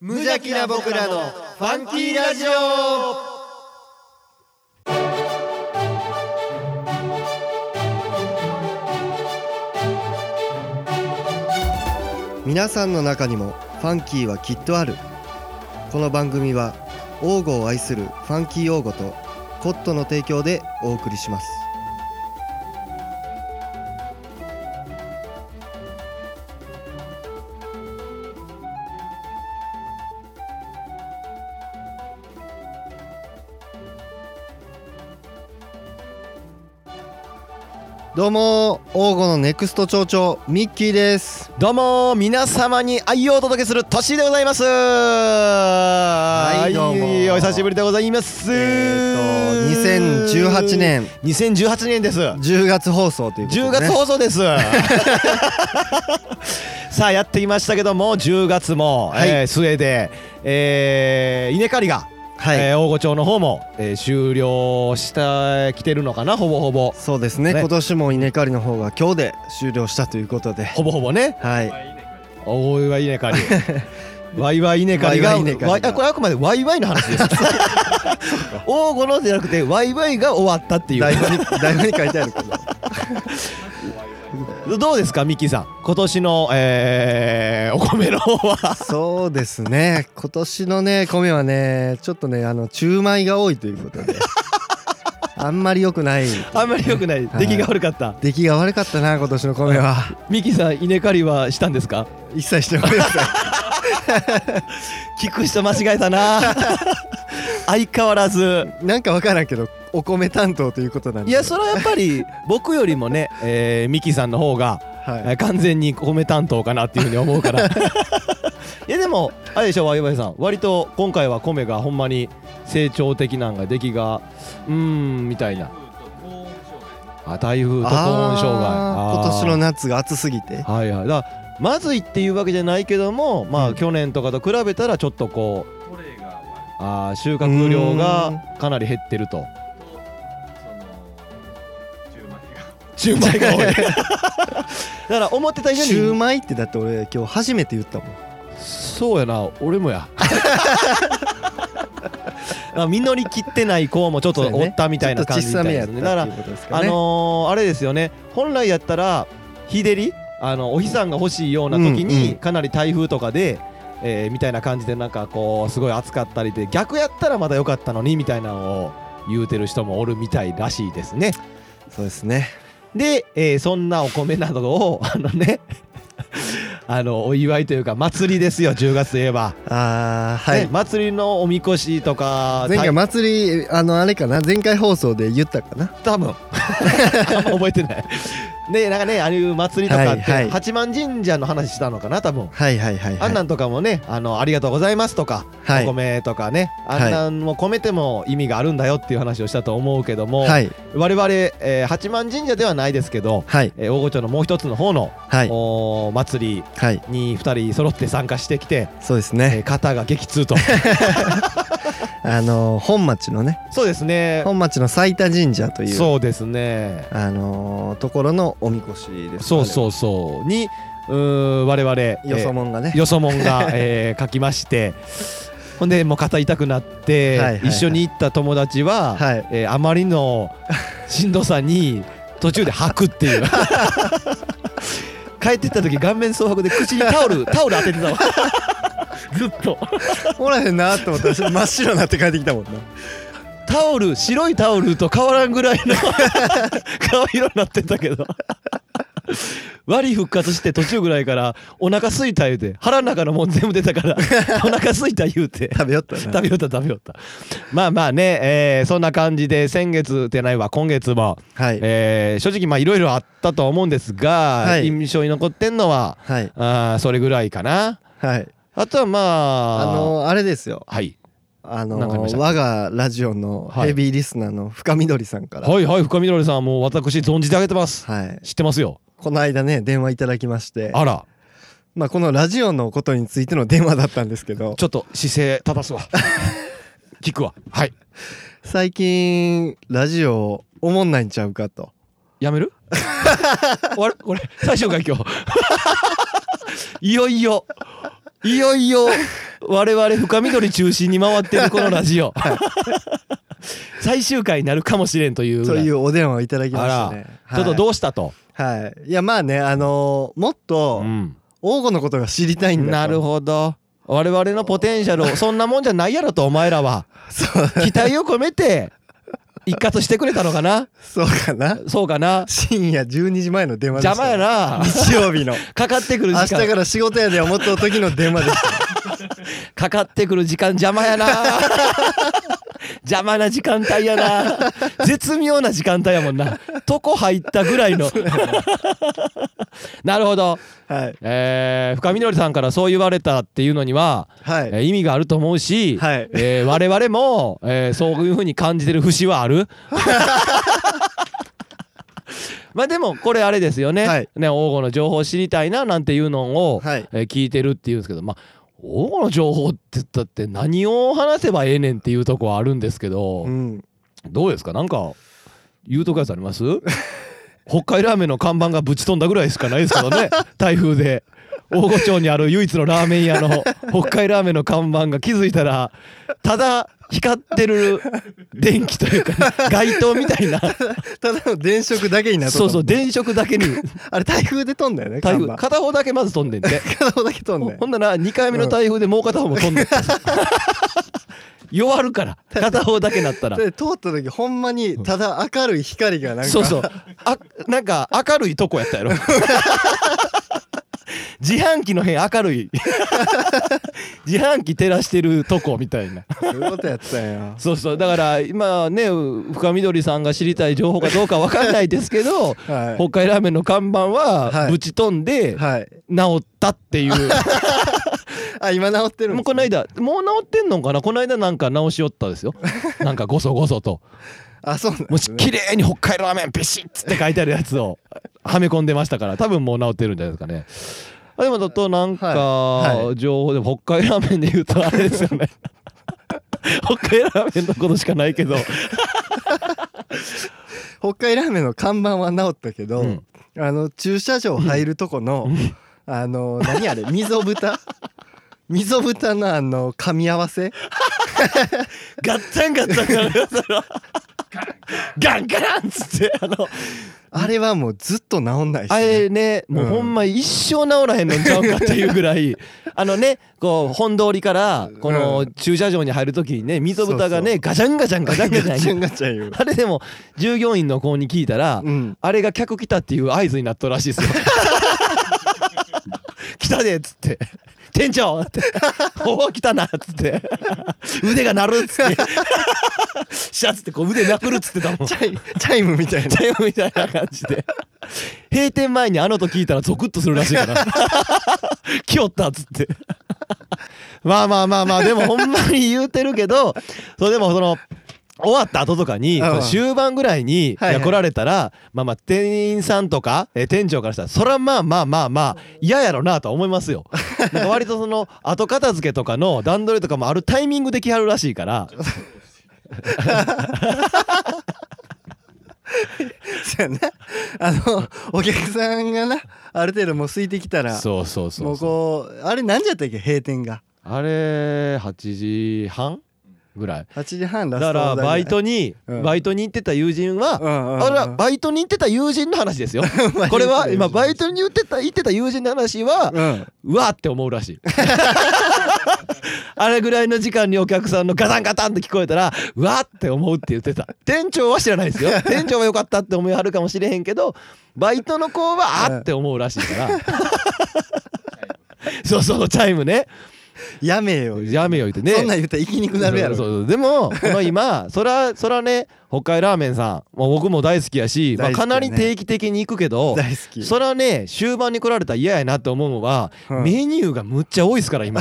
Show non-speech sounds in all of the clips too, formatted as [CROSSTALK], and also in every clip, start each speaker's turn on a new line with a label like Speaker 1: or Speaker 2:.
Speaker 1: 無邪気な僕らのファンキーラジオ皆さんの中にもファンキーはきっとあるこの番組は王語を愛するファンキー王語とコットの提供でお送りしますどうも王語のネクスト町長ミッキーです
Speaker 2: どうも皆様に愛をお届けするトッシーでございますはい
Speaker 1: どうも
Speaker 2: お久しぶりでございます
Speaker 1: えーと2018年
Speaker 2: 2018年です
Speaker 1: 10月放送ということで、
Speaker 2: 10
Speaker 1: ね、
Speaker 2: 月放送です
Speaker 1: [LAUGHS]
Speaker 2: さあやってきましたけども10月も、
Speaker 1: はい
Speaker 2: えー末で、えー稲刈りが、
Speaker 1: はい、
Speaker 2: えー大御町の方も、えー終了した来てるのかなほぼほぼ
Speaker 1: そうですね
Speaker 2: ね
Speaker 1: 今年も稲刈りの方が今日で終了したということで
Speaker 2: ほぼほぼね
Speaker 1: はい
Speaker 2: おいわい稲刈 [LAUGHS] り。わいわい稲刈りが。
Speaker 1: ワイワイ稲刈りが
Speaker 2: わいあこれあくまでわいわいの話 [LAUGHS] です。大御のじゃなくてわいわいが終わったってい
Speaker 1: 台
Speaker 2: う。
Speaker 1: 本に台本に書いてあるけど
Speaker 2: どうですかミッキーさん。今年の、えーお米の方は。
Speaker 1: そうですね今年のね米はねちょっとねあの中米が多いということであんまり良くない
Speaker 2: あんまり良くない。
Speaker 1: はい
Speaker 2: 出来が悪かった。
Speaker 1: 出来が悪かったな今年の米は
Speaker 2: ミッキーさん稲刈りはしたんですか。
Speaker 1: 一切しておりません
Speaker 2: 聞く人間違えたな。 [LAUGHS] 相変わらず。
Speaker 1: なんかわからんけどお米担当ということなんで
Speaker 2: いやそれはやっぱり僕よりもね、えーミッキーさんの方が。
Speaker 1: はい
Speaker 2: えー完全に米担当かなっていうふうに思う [LAUGHS] からいやでもあれでしょわいわいさん割と今回は米がほんまに成長的なんが出来がうーんみたいなあ台風と高温障害
Speaker 1: あー今年の夏が暑すぎて
Speaker 2: のはいはいだからまずいっていうわけじゃないけどもま
Speaker 1: うん
Speaker 2: あ去年とかと比べたらちょっとこうあー収穫量がかなり減ってると中米が多いだから思ってた以上に
Speaker 1: 中米ってだって俺今日初めて言ったもん
Speaker 2: そうやな俺
Speaker 1: [LAUGHS]
Speaker 2: もやあ実りきってない子もちょっとおったみたいな感じみ
Speaker 1: ちょ
Speaker 2: た
Speaker 1: っと小さめ
Speaker 2: いで
Speaker 1: やっ
Speaker 2: す
Speaker 1: た
Speaker 2: ねだ
Speaker 1: っ
Speaker 2: か
Speaker 1: て
Speaker 2: ら
Speaker 1: いうことですか
Speaker 2: あ
Speaker 1: ね
Speaker 2: のーあれですよね本来やったら日照りあのお日さんが欲しいような時
Speaker 1: うんうん
Speaker 2: にかなり台風とかで、えーみたいな感じでなんかこうすごい暑かったりで逆やったらまだ良かったのにみたいなのを言うてる人もおるみたいらしいですね
Speaker 1: そうですね
Speaker 2: で、えーそんなお米などを [LAUGHS] あのねあのお祝いというか祭りですよ10月といえば
Speaker 1: ああは
Speaker 2: ね
Speaker 1: い
Speaker 2: 祭りのおみこしとか
Speaker 1: 前回祭りあのあれかな前回放送で言ったかな
Speaker 2: た多分あんま覚えてない [LAUGHS] ねなんかねああいう祭りとかって、
Speaker 1: はいはい
Speaker 2: 八幡神社の話したのかな多分、
Speaker 1: はいはいはい
Speaker 2: あんな
Speaker 1: はい
Speaker 2: んとかもねあのありがとうございますとか、
Speaker 1: はい
Speaker 2: お米とかねあんなんも込めても意味があるんだよっていう話をしたと思うけども、
Speaker 1: はい
Speaker 2: 我々、えー八幡神社ではないですけど、
Speaker 1: はい
Speaker 2: えー大御町のもう一つの方の、
Speaker 1: はい
Speaker 2: おー祭り
Speaker 1: はい
Speaker 2: に2人揃って参加してきて、
Speaker 1: そうです
Speaker 2: えー
Speaker 1: ね
Speaker 2: 肩が
Speaker 1: [LAUGHS]
Speaker 2: 激痛と
Speaker 1: あのー本町のね
Speaker 2: そうですね
Speaker 1: 本町の埼田神社という
Speaker 2: そうですね
Speaker 1: あのーところのおみこしですかね
Speaker 2: そうそうそうにうー我々えー
Speaker 1: よそもんがね
Speaker 2: よそもん [LAUGHS] が、えー書きましてほんでもう肩痛くなって、
Speaker 1: はいはいはい
Speaker 2: 一緒に行った友達は、
Speaker 1: はい
Speaker 2: えーあまりのしんどさに途中で吐くっていう帰ってった時顔面蒼白で口にタオ [LAUGHS] ルタオル当ててたわずっと
Speaker 1: おらへんなと思ったら真っ白になって帰ってきたもんな
Speaker 2: タオル白いタオルと変わらんぐらい [LAUGHS] の顔色になってたけど割り復活して途中ぐらいからお腹すいた言うて腹の中のもん全部出たからお腹すいた言うて
Speaker 1: 食べよったな
Speaker 2: [LAUGHS] 食べよった食べよったまあまあね、えーそんな感じで先月でないわ今月も、
Speaker 1: はい
Speaker 2: えー正直まあいろいろあったとは思うんですが、
Speaker 1: はい
Speaker 2: 印象に残ってんのは
Speaker 1: はい
Speaker 2: あーそれぐらいかな
Speaker 1: はい
Speaker 2: あとはま
Speaker 1: あ
Speaker 2: あ
Speaker 1: のーあれですよ
Speaker 2: はい
Speaker 1: あ
Speaker 2: なんかあり
Speaker 1: の
Speaker 2: ました
Speaker 1: 我がラジオのヘビーリスナーの深緑さんから、はい
Speaker 2: はいはい深緑さんもう私存じてあげてます知ってますよ
Speaker 1: この間ね電話いただきまして
Speaker 2: あら
Speaker 1: まあ、このラジオのことについての電話だったんですけど
Speaker 2: ちょっと姿勢正
Speaker 1: [LAUGHS]
Speaker 2: すわ聞くわはい
Speaker 1: 最近ラジオおもんないんちゃうかと
Speaker 2: やめ [LAUGHS] る [LAUGHS] 終わるこれ最終回今日いよいよいよいよ我々深緑中心に回ってるこのラジ [LAUGHS] オ最終回になるかもしれんというぐ
Speaker 1: と
Speaker 2: らい
Speaker 1: いうお電話をいただきましたね。
Speaker 2: ちょっとどうしたと、
Speaker 1: はい、はい、いやまあねあのーもっと
Speaker 2: うん
Speaker 1: 王吾のことが知りたいんだと
Speaker 2: なるほど我々のポテンシャルをそんなもんじゃないやろとお前ら [LAUGHS] は
Speaker 1: そう
Speaker 2: 期待を込めて一括してくれたのかな
Speaker 1: そうかな
Speaker 2: そうかな
Speaker 1: 深夜12時前の電話でし
Speaker 2: 邪
Speaker 1: た
Speaker 2: 魔やな
Speaker 1: 日曜日の
Speaker 2: [LAUGHS] かかってくる
Speaker 1: 明
Speaker 2: 時
Speaker 1: 日
Speaker 2: 間
Speaker 1: から仕事やで思った時の電話でした
Speaker 2: かかってくる時間邪魔やな邪魔な時間帯やな絶妙な時間帯やもんなとこ入ったぐらいの [LAUGHS] なるほど、 [LAUGHS]
Speaker 1: はい
Speaker 2: えー、深緑さんからそう言われたっていうのには、
Speaker 1: はい、
Speaker 2: えー意味があると思うし、
Speaker 1: はい
Speaker 2: えー我々も、えーそういうふうに感じてる節は
Speaker 1: [LAUGHS]
Speaker 2: あるまあでもこれあれですよね,、
Speaker 1: はい
Speaker 2: ね王吾の情報を知りたいななんていうのを、
Speaker 1: はい
Speaker 2: えー聞いてるっていうんですけどまあ王吾の情報って言ったって何を話せばええねんっていうとこはあるんですけど、
Speaker 1: うん
Speaker 2: どうですかなんか言うとくやつあります [LAUGHS] 北海ラーメンの看板がぶち飛んだぐらいしかないですけど
Speaker 1: [LAUGHS]
Speaker 2: ね台風で大御町にある唯一のラーメン屋の北海ラーメンの看板が気づいたらただ光ってる電気とい
Speaker 1: [LAUGHS]
Speaker 2: うか街灯みたいな
Speaker 1: ただの電飾だけになった
Speaker 2: そうそう電飾だけに
Speaker 1: あれ台風で飛んだよね
Speaker 2: 台風
Speaker 1: 看板
Speaker 2: 片方だけまず飛んでんて
Speaker 1: 片 [LAUGHS] 方だけ飛んだ
Speaker 2: ほ
Speaker 1: よ
Speaker 2: ほんなら2回目の台風でもう片方も
Speaker 1: [LAUGHS]
Speaker 2: 飛んでんて弱るから片方だけなったら
Speaker 1: で通った時ほんまにただ明るい光がなんか
Speaker 2: そうそうあなんか明るいとこやっ
Speaker 1: [LAUGHS]
Speaker 2: たやろ自販機の辺明るい [LAUGHS] 自販機照らしてるとこみたいな
Speaker 1: そういうことやったん
Speaker 2: [LAUGHS]
Speaker 1: や
Speaker 2: そうそうだから今ね深緑さんが知りたい情報かどうかわかんないですけど
Speaker 1: [LAUGHS] は
Speaker 2: 北海ラーメンの看板は
Speaker 1: はい
Speaker 2: ぶち飛ん
Speaker 1: い
Speaker 2: で
Speaker 1: はい
Speaker 2: 治ったっていう
Speaker 1: [LAUGHS] あ今治ってるんで
Speaker 2: も
Speaker 1: すね
Speaker 2: うこの間もう治ってんのかなこの間なんか治しよったですよなんかごそごそと
Speaker 1: あそうなん
Speaker 2: も
Speaker 1: で
Speaker 2: う
Speaker 1: すね
Speaker 2: 綺麗に北海ラーメンビシッつって書いてあるやつをはめ込んでましたから多分もう治ってるんじゃないですかねあでもだとなん
Speaker 1: はい
Speaker 2: か
Speaker 1: は
Speaker 2: 情報で北海ラーメンで言うとあれですよ
Speaker 1: [LAUGHS]
Speaker 2: ね北海ラーメンのことしかないけど
Speaker 1: 北海ラーメンの看板は治ったけど、
Speaker 2: うん
Speaker 1: あの駐車場入るとこの、あの何あれ溝豚 [LAUGHS] 溝豚のあの噛み合わせ
Speaker 2: ガッツャンガッツャンガッツャンガンガランっつってあの
Speaker 1: あれはもうずっと治んないし、ね、
Speaker 2: あれねもううんほんま一生治らへんのんちゃうかっていうぐらいあのねこう本通りからこの駐車場に入る時にね溝豚が
Speaker 1: そう
Speaker 2: ねガチャンガチャンガチャンガチ
Speaker 1: ガチ
Speaker 2: ャ
Speaker 1: ャ
Speaker 2: ン
Speaker 1: ンガチャン言う
Speaker 2: [LAUGHS] あれでも従業員の子に聞いたら、
Speaker 1: うん
Speaker 2: あれが客来たっていう合図になったらしいです
Speaker 1: [LAUGHS]
Speaker 2: よ。来たでっつって「店長!」って「おお来たな」っつって
Speaker 1: [LAUGHS]
Speaker 2: 「腕が鳴る」っつってシャツってこう腕なくるっつってたもん。
Speaker 1: チャイチャイムみたいな
Speaker 2: だよみたいな感じで閉店前にあのと聞いたらゾクッとするらしいから [LAUGHS] 来よったっつってまあまあまあまあでもほんまに言うてるけどそうでもその終わった後とかに
Speaker 1: うん
Speaker 2: 終盤ぐらいにい
Speaker 1: はいはい
Speaker 2: や来られたらまあまあ店員さんとかえー店長からしたらそらまあまあまあまあ嫌やろなとは思います [LAUGHS] よなんか割とその後片付けとかの段取りとかもあるタイミングで来はるらしいから
Speaker 1: そうやなあのお客さんがなある程度もう空いてきたら
Speaker 2: [LAUGHS] そうそうそ
Speaker 1: も
Speaker 2: う
Speaker 1: う
Speaker 2: そう
Speaker 1: こうあれ何時やったっけ閉店が
Speaker 2: あれ8時半ぐらい
Speaker 1: 8時半ラ
Speaker 2: だ
Speaker 1: ストオ
Speaker 2: か
Speaker 1: ーダー
Speaker 2: ら
Speaker 1: ぐ
Speaker 2: バイトに、
Speaker 1: うん
Speaker 2: バイトに行ってた友人は、
Speaker 1: うんうんうん
Speaker 2: あれはバイトに行ってた友人の話で
Speaker 1: [LAUGHS]
Speaker 2: すよ
Speaker 1: ト
Speaker 2: これは今バイトに行ってた行ってた友人の話は、
Speaker 1: うん
Speaker 2: うわーって思うらしい [LAUGHS] あれぐらいの時間にお客さんのガタンガタンって聞こえたらうわーって思うって言ってた店長は知
Speaker 1: [LAUGHS]
Speaker 2: らないですよ店長は良かったって思いはるかもしれへんけどバイトの子はあーって思うらしいから
Speaker 1: [LAUGHS]
Speaker 2: そうそうチャイムね
Speaker 1: やめよ
Speaker 2: やめよいてね
Speaker 1: そんなん言ったら行きにくなるやろ
Speaker 2: そうそうそうでもこの今そらそらね北海ラーメンさん、まあ、僕も大好きやし、まあ、
Speaker 1: 大好き
Speaker 2: か
Speaker 1: やね
Speaker 2: なり定期的に行くけど、
Speaker 1: 大好き
Speaker 2: そらね終盤に来られたら嫌やなって思うのは、
Speaker 1: うん
Speaker 2: メニューがむっちゃ多いですか
Speaker 1: [LAUGHS]
Speaker 2: ら今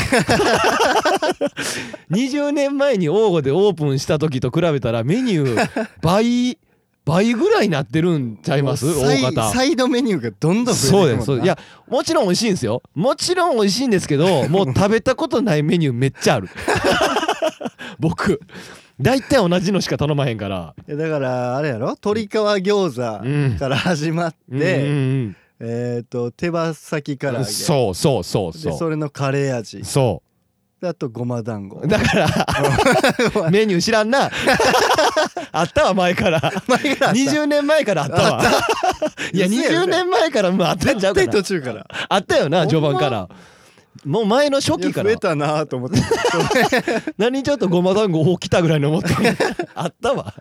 Speaker 2: 20年前に王吾でオープンした時と比べたらメニュー倍倍ぐらいになってるんちゃいます
Speaker 1: もうサイ
Speaker 2: 大方
Speaker 1: サイドメニューがどんどん
Speaker 2: そう
Speaker 1: 増えて
Speaker 2: で
Speaker 1: く
Speaker 2: す
Speaker 1: もん
Speaker 2: そうですいやもちろん美味しいんですよもちろん美味しいんです
Speaker 1: [LAUGHS]
Speaker 2: けどもう食べたことないメニューめっちゃある [LAUGHS] 僕大体同じのしか頼まへんから
Speaker 1: いやだからあれやろ鶏皮餃
Speaker 2: うん
Speaker 1: 子から始まって、
Speaker 2: うんうんうん
Speaker 1: えっ、と手羽先から揚げ
Speaker 2: そうそうそう
Speaker 1: で
Speaker 2: そ
Speaker 1: それのカレー味
Speaker 2: うそ
Speaker 1: であとごま団子
Speaker 2: うだ
Speaker 1: [LAUGHS]
Speaker 2: からメニュー知らんな [LAUGHS] あったわ前から
Speaker 1: 前からあった
Speaker 2: 20年前からあったわいや
Speaker 1: 嘘や
Speaker 2: 20
Speaker 1: ん
Speaker 2: 年前からもうあったんちゃ
Speaker 1: 絶
Speaker 2: うか
Speaker 1: 対
Speaker 2: な
Speaker 1: 途中から
Speaker 2: あったよな序盤からもう前の初
Speaker 1: いや
Speaker 2: 期か
Speaker 1: 増
Speaker 2: ら
Speaker 1: えたなと思
Speaker 2: [LAUGHS]
Speaker 1: って
Speaker 2: 何ちょっとごま団子を来たぐらい
Speaker 1: [LAUGHS]
Speaker 2: に思ってあったわ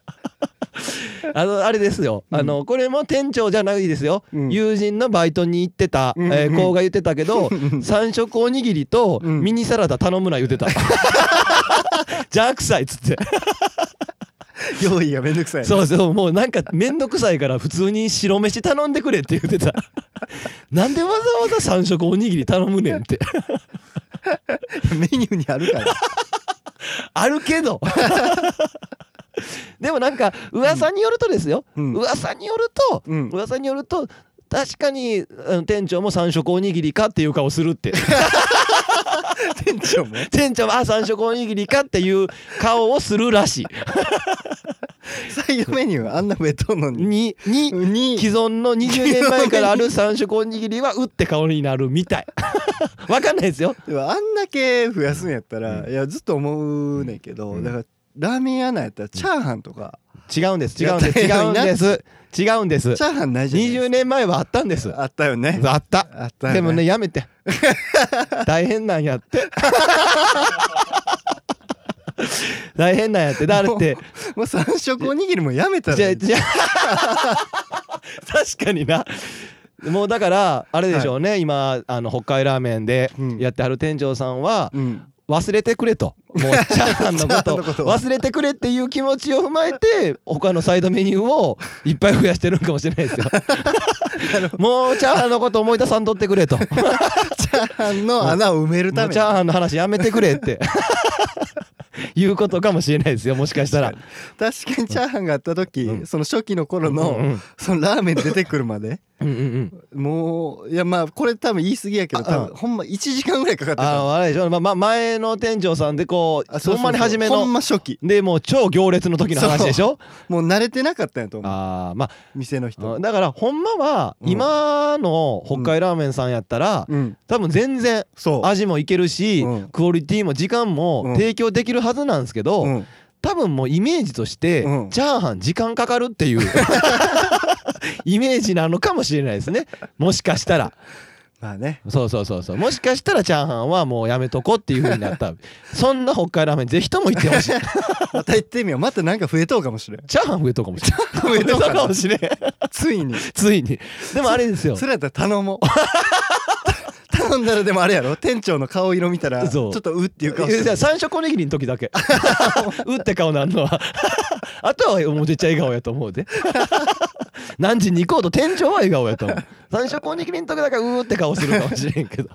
Speaker 2: あのあれですよ、あのこれも店長じゃないですよ、
Speaker 1: うん
Speaker 2: 友人のバイトに行ってた、
Speaker 1: うんうん
Speaker 2: えー子が言ってたけど三色おにぎりと
Speaker 1: うん
Speaker 2: ミニサラダ頼むな
Speaker 1: [LAUGHS]
Speaker 2: 言ってた邪悪さいっつって
Speaker 1: 用意がめんどくさい
Speaker 2: そうそうもうなんか面倒くさいから普通に白飯頼んでくれって言っ
Speaker 1: [LAUGHS]
Speaker 2: てたなんでわざわざ三色おにぎり頼むねんって
Speaker 1: メニューにあるから
Speaker 2: あるけど [LAUGHS] でもなんか噂によるとですよ、
Speaker 1: うん
Speaker 2: 噂によると、
Speaker 1: うん
Speaker 2: 噂によると確かにあの店長も三色おにぎりかっていう顔するって [LAUGHS]
Speaker 1: 店長も
Speaker 2: 店長もあ三色おにぎりかっていう顔をするらし
Speaker 1: サイドメニューあんな増えとんの [LAUGHS]
Speaker 2: い
Speaker 1: に
Speaker 2: にに
Speaker 1: に
Speaker 2: 既存の20年前からある三色おにぎりはうって顔になるみたい [LAUGHS] わかんないですよ
Speaker 1: でもあんだけ増やすんやったら、
Speaker 2: うん
Speaker 1: いやずっと思うねんけど、
Speaker 2: うん
Speaker 1: だからラーメン屋なんやったらチャーハンとか、
Speaker 2: 違うんです違うんです
Speaker 1: やったらいい
Speaker 2: 違うん
Speaker 1: のにな
Speaker 2: です違うんです
Speaker 1: チャーハンないじゃないです
Speaker 2: 20年前はあったんです
Speaker 1: かあったよね
Speaker 2: [LAUGHS] あった
Speaker 1: あったよね
Speaker 2: でもねや
Speaker 1: [LAUGHS]
Speaker 2: めて大変なんやって大変なんやってだって
Speaker 1: もう三色おにぎりもやめたら
Speaker 2: じ
Speaker 1: い
Speaker 2: ゃ
Speaker 1: い
Speaker 2: じゃ
Speaker 1: [LAUGHS]
Speaker 2: 確かになもうだからあれでしょうね、今あの北海ラーメンで
Speaker 1: うん
Speaker 2: やってはる店長さんは
Speaker 1: うん
Speaker 2: 忘れてくれともうチャーハン
Speaker 1: [LAUGHS]
Speaker 2: のこ
Speaker 1: チャーハ
Speaker 2: と
Speaker 1: ンのこと
Speaker 2: 忘れてくれっていう気持ちを踏まえて他のサイドメニューをいっぱい増やしてるんかもしれな
Speaker 1: [LAUGHS]
Speaker 2: いですよもうチャーハンのこと思い出さんとって
Speaker 1: [LAUGHS]
Speaker 2: くれと
Speaker 1: チャーハンの穴を埋める
Speaker 2: も
Speaker 1: た
Speaker 2: う
Speaker 1: め
Speaker 2: チ
Speaker 1: に
Speaker 2: ャーハンの話やめてくれって
Speaker 1: [LAUGHS]
Speaker 2: いうことかもしれないですよもしかしたら
Speaker 1: 確かにチャーハンがあった時、
Speaker 2: うん
Speaker 1: その初期の頃の、
Speaker 2: うんうん
Speaker 1: そのラーメン出てくるまで
Speaker 2: うんうんうん
Speaker 1: もういやまあこれ多分言い過ぎやけど多
Speaker 2: あ
Speaker 1: 分ほんま1時間ぐらいかかって
Speaker 2: あ
Speaker 1: た
Speaker 2: のあれでしょ、まま、前の店長さんでこう
Speaker 1: あそうそうそう
Speaker 2: ほんまに初めの
Speaker 1: ほんま初期
Speaker 2: でもう超行列の時の話でしょ
Speaker 1: もう慣れてなかったんやと思う
Speaker 2: あーま
Speaker 1: 店の人
Speaker 2: あだからほんまは
Speaker 1: うん
Speaker 2: 今の北海ラーメンさんやったら
Speaker 1: うん
Speaker 2: 多分全然
Speaker 1: そう
Speaker 2: 味もいけるし
Speaker 1: うん
Speaker 2: クオリティも時間
Speaker 1: う
Speaker 2: も
Speaker 1: ん
Speaker 2: 提供できるはずなんですけど、
Speaker 1: うん
Speaker 2: 多分もうイメージとして、
Speaker 1: うん
Speaker 2: チャーハン時間かかるっていう [LAUGHS] イメージなのかもしれないですねもしかしたら
Speaker 1: まあね
Speaker 2: そうそうそうそうもしかしたらチャーハンはもうやめとこうっていう風になったそんな北海ラーメンぜひとも行って [LAUGHS] ほしい
Speaker 1: また行ってみようまたなんか増えとうかもしれん
Speaker 2: チャーハン増えとうかもしれん
Speaker 1: 増えとうかな
Speaker 2: かもし [LAUGHS] れん
Speaker 1: ついに
Speaker 2: ついにでもあれですよ
Speaker 1: それやったら頼もう [LAUGHS] 頼んだらでもあれやろ店長の顔色見たらち
Speaker 2: そ
Speaker 1: ょ
Speaker 2: う
Speaker 1: っとうっていう顔
Speaker 2: いや
Speaker 1: し
Speaker 2: じ
Speaker 1: て
Speaker 2: ゃあ三色おにぎりの時
Speaker 1: [LAUGHS]
Speaker 2: だけうって顔なんのは [LAUGHS] あとはもうめっちゃ笑顔やと思うで何時に行こうと店長は笑顔やと思う三色おにぎりの時だけうーって顔するかもしれんけど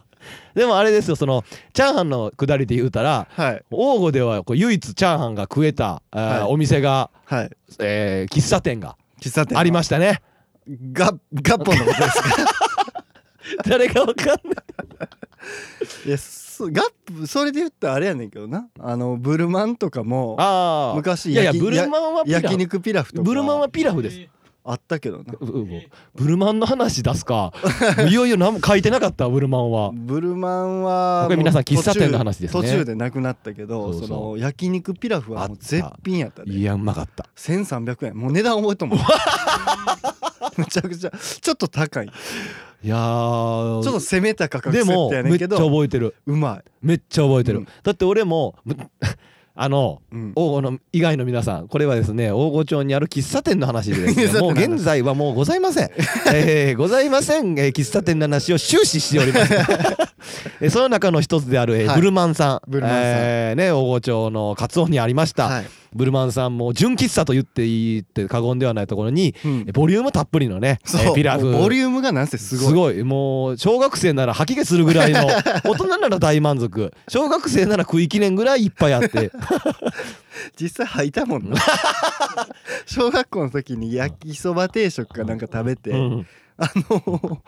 Speaker 2: でもあれですよそのチャーハンのくだりで言うたら
Speaker 1: はい
Speaker 2: 王吾ではこう唯一チャーハンが食えた、あー
Speaker 1: はい
Speaker 2: お店が、
Speaker 1: はい
Speaker 2: えー喫茶店が
Speaker 1: 喫茶店
Speaker 2: ありまし
Speaker 1: [LAUGHS]
Speaker 2: たね
Speaker 1: ガッガッポンのことですか [LAUGHS]
Speaker 2: 誰かわかんない
Speaker 1: いやそガップそれで言ったらあれやねんけどなあのブルマンとかも
Speaker 2: あー
Speaker 1: 昔
Speaker 2: いやいや
Speaker 1: 焼き
Speaker 2: ブルマンはピラフ
Speaker 1: 焼肉ピラフとか
Speaker 2: ブルマンはピラフです
Speaker 1: あったけどな
Speaker 2: ううブルマンの話出
Speaker 1: [LAUGHS]
Speaker 2: すかいよいよ何も書いてなかったブルマンは
Speaker 1: ブルマンは
Speaker 2: これ皆さん
Speaker 1: もう途中
Speaker 2: 喫茶店の話ですね
Speaker 1: 途中でなくなったけど
Speaker 2: そう
Speaker 1: そ
Speaker 2: そ
Speaker 1: うの焼肉ピラフはもう絶品やったで
Speaker 2: いやうまかった
Speaker 1: 1300円もう値段覚えとん
Speaker 2: [LAUGHS]
Speaker 1: もんむちゃくちゃちょっと高いち
Speaker 2: いや
Speaker 1: ょ
Speaker 2: ー
Speaker 1: っと攻めた価格
Speaker 2: で
Speaker 1: 設
Speaker 2: も
Speaker 1: 定やね
Speaker 2: め
Speaker 1: ん
Speaker 2: っち
Speaker 1: け
Speaker 2: ゃ
Speaker 1: ど
Speaker 2: 覚えてる
Speaker 1: うま
Speaker 2: めっちゃ覚えてる、
Speaker 1: うん
Speaker 2: だって俺もむ [LAUGHS] あの
Speaker 1: い、うん、
Speaker 2: 大御の以外の皆さんこれはですね大御町にある喫茶店の話で
Speaker 1: [LAUGHS]
Speaker 2: ですねもう現在はもうございません、えーございません、えー喫茶店の話を終始しております [LAUGHS] えーその中の一つである、えー
Speaker 1: はい
Speaker 2: ブルマンさん
Speaker 1: ブルマンさん
Speaker 2: えーね、大御町のカツオにありました、
Speaker 1: はい
Speaker 2: ブルマンさんも純喫茶と言っていいって過言ではないところに、
Speaker 1: うん
Speaker 2: えーボリュームたっぷりのね、え
Speaker 1: そ
Speaker 2: ー
Speaker 1: う
Speaker 2: ピラフ
Speaker 1: もうボリュームがなんせす
Speaker 2: す
Speaker 1: ごい
Speaker 2: ごいもう小学生なら吐き気するぐら
Speaker 1: [LAUGHS]
Speaker 2: いの大人なら大満足小学生なら食いきれんぐらいいっぱいあって
Speaker 1: 実際履いたもんな [LAUGHS] 小学校の時に焼きそば定食かなんか食べて、
Speaker 2: うん
Speaker 1: あの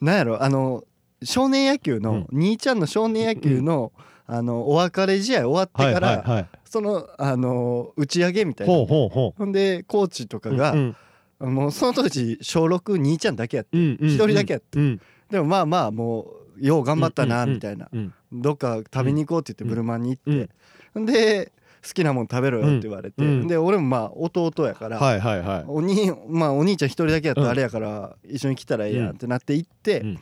Speaker 1: なんやろあの少年野球の、兄ちゃんの少年野球の、あのお別れ試合終わって
Speaker 2: はい
Speaker 1: から、
Speaker 2: はいはい
Speaker 1: そのあの打ち上げみたいな
Speaker 2: ほうほうほ
Speaker 1: ほんでコーチとか
Speaker 2: う
Speaker 1: が、
Speaker 2: うん
Speaker 1: もうその当時小6兄ちゃんだけやって
Speaker 2: うんうん
Speaker 1: 一人だけやっ
Speaker 2: うん
Speaker 1: でもまあまあもうよう頑張ったな
Speaker 2: うん
Speaker 1: みたいな、
Speaker 2: うん
Speaker 1: どっか食べに行こうって言って
Speaker 2: うん
Speaker 1: ブルマンに行
Speaker 2: うん
Speaker 1: って、で好きなもん食べろよって言われて、
Speaker 2: うんうん
Speaker 1: で俺もまあ弟やから、
Speaker 2: はいはいはい
Speaker 1: おにまあ、お兄ちゃん一人だけやった
Speaker 2: う
Speaker 1: ら
Speaker 2: ん
Speaker 1: あれやから一緒に来たらええやんってなって行って、
Speaker 2: うん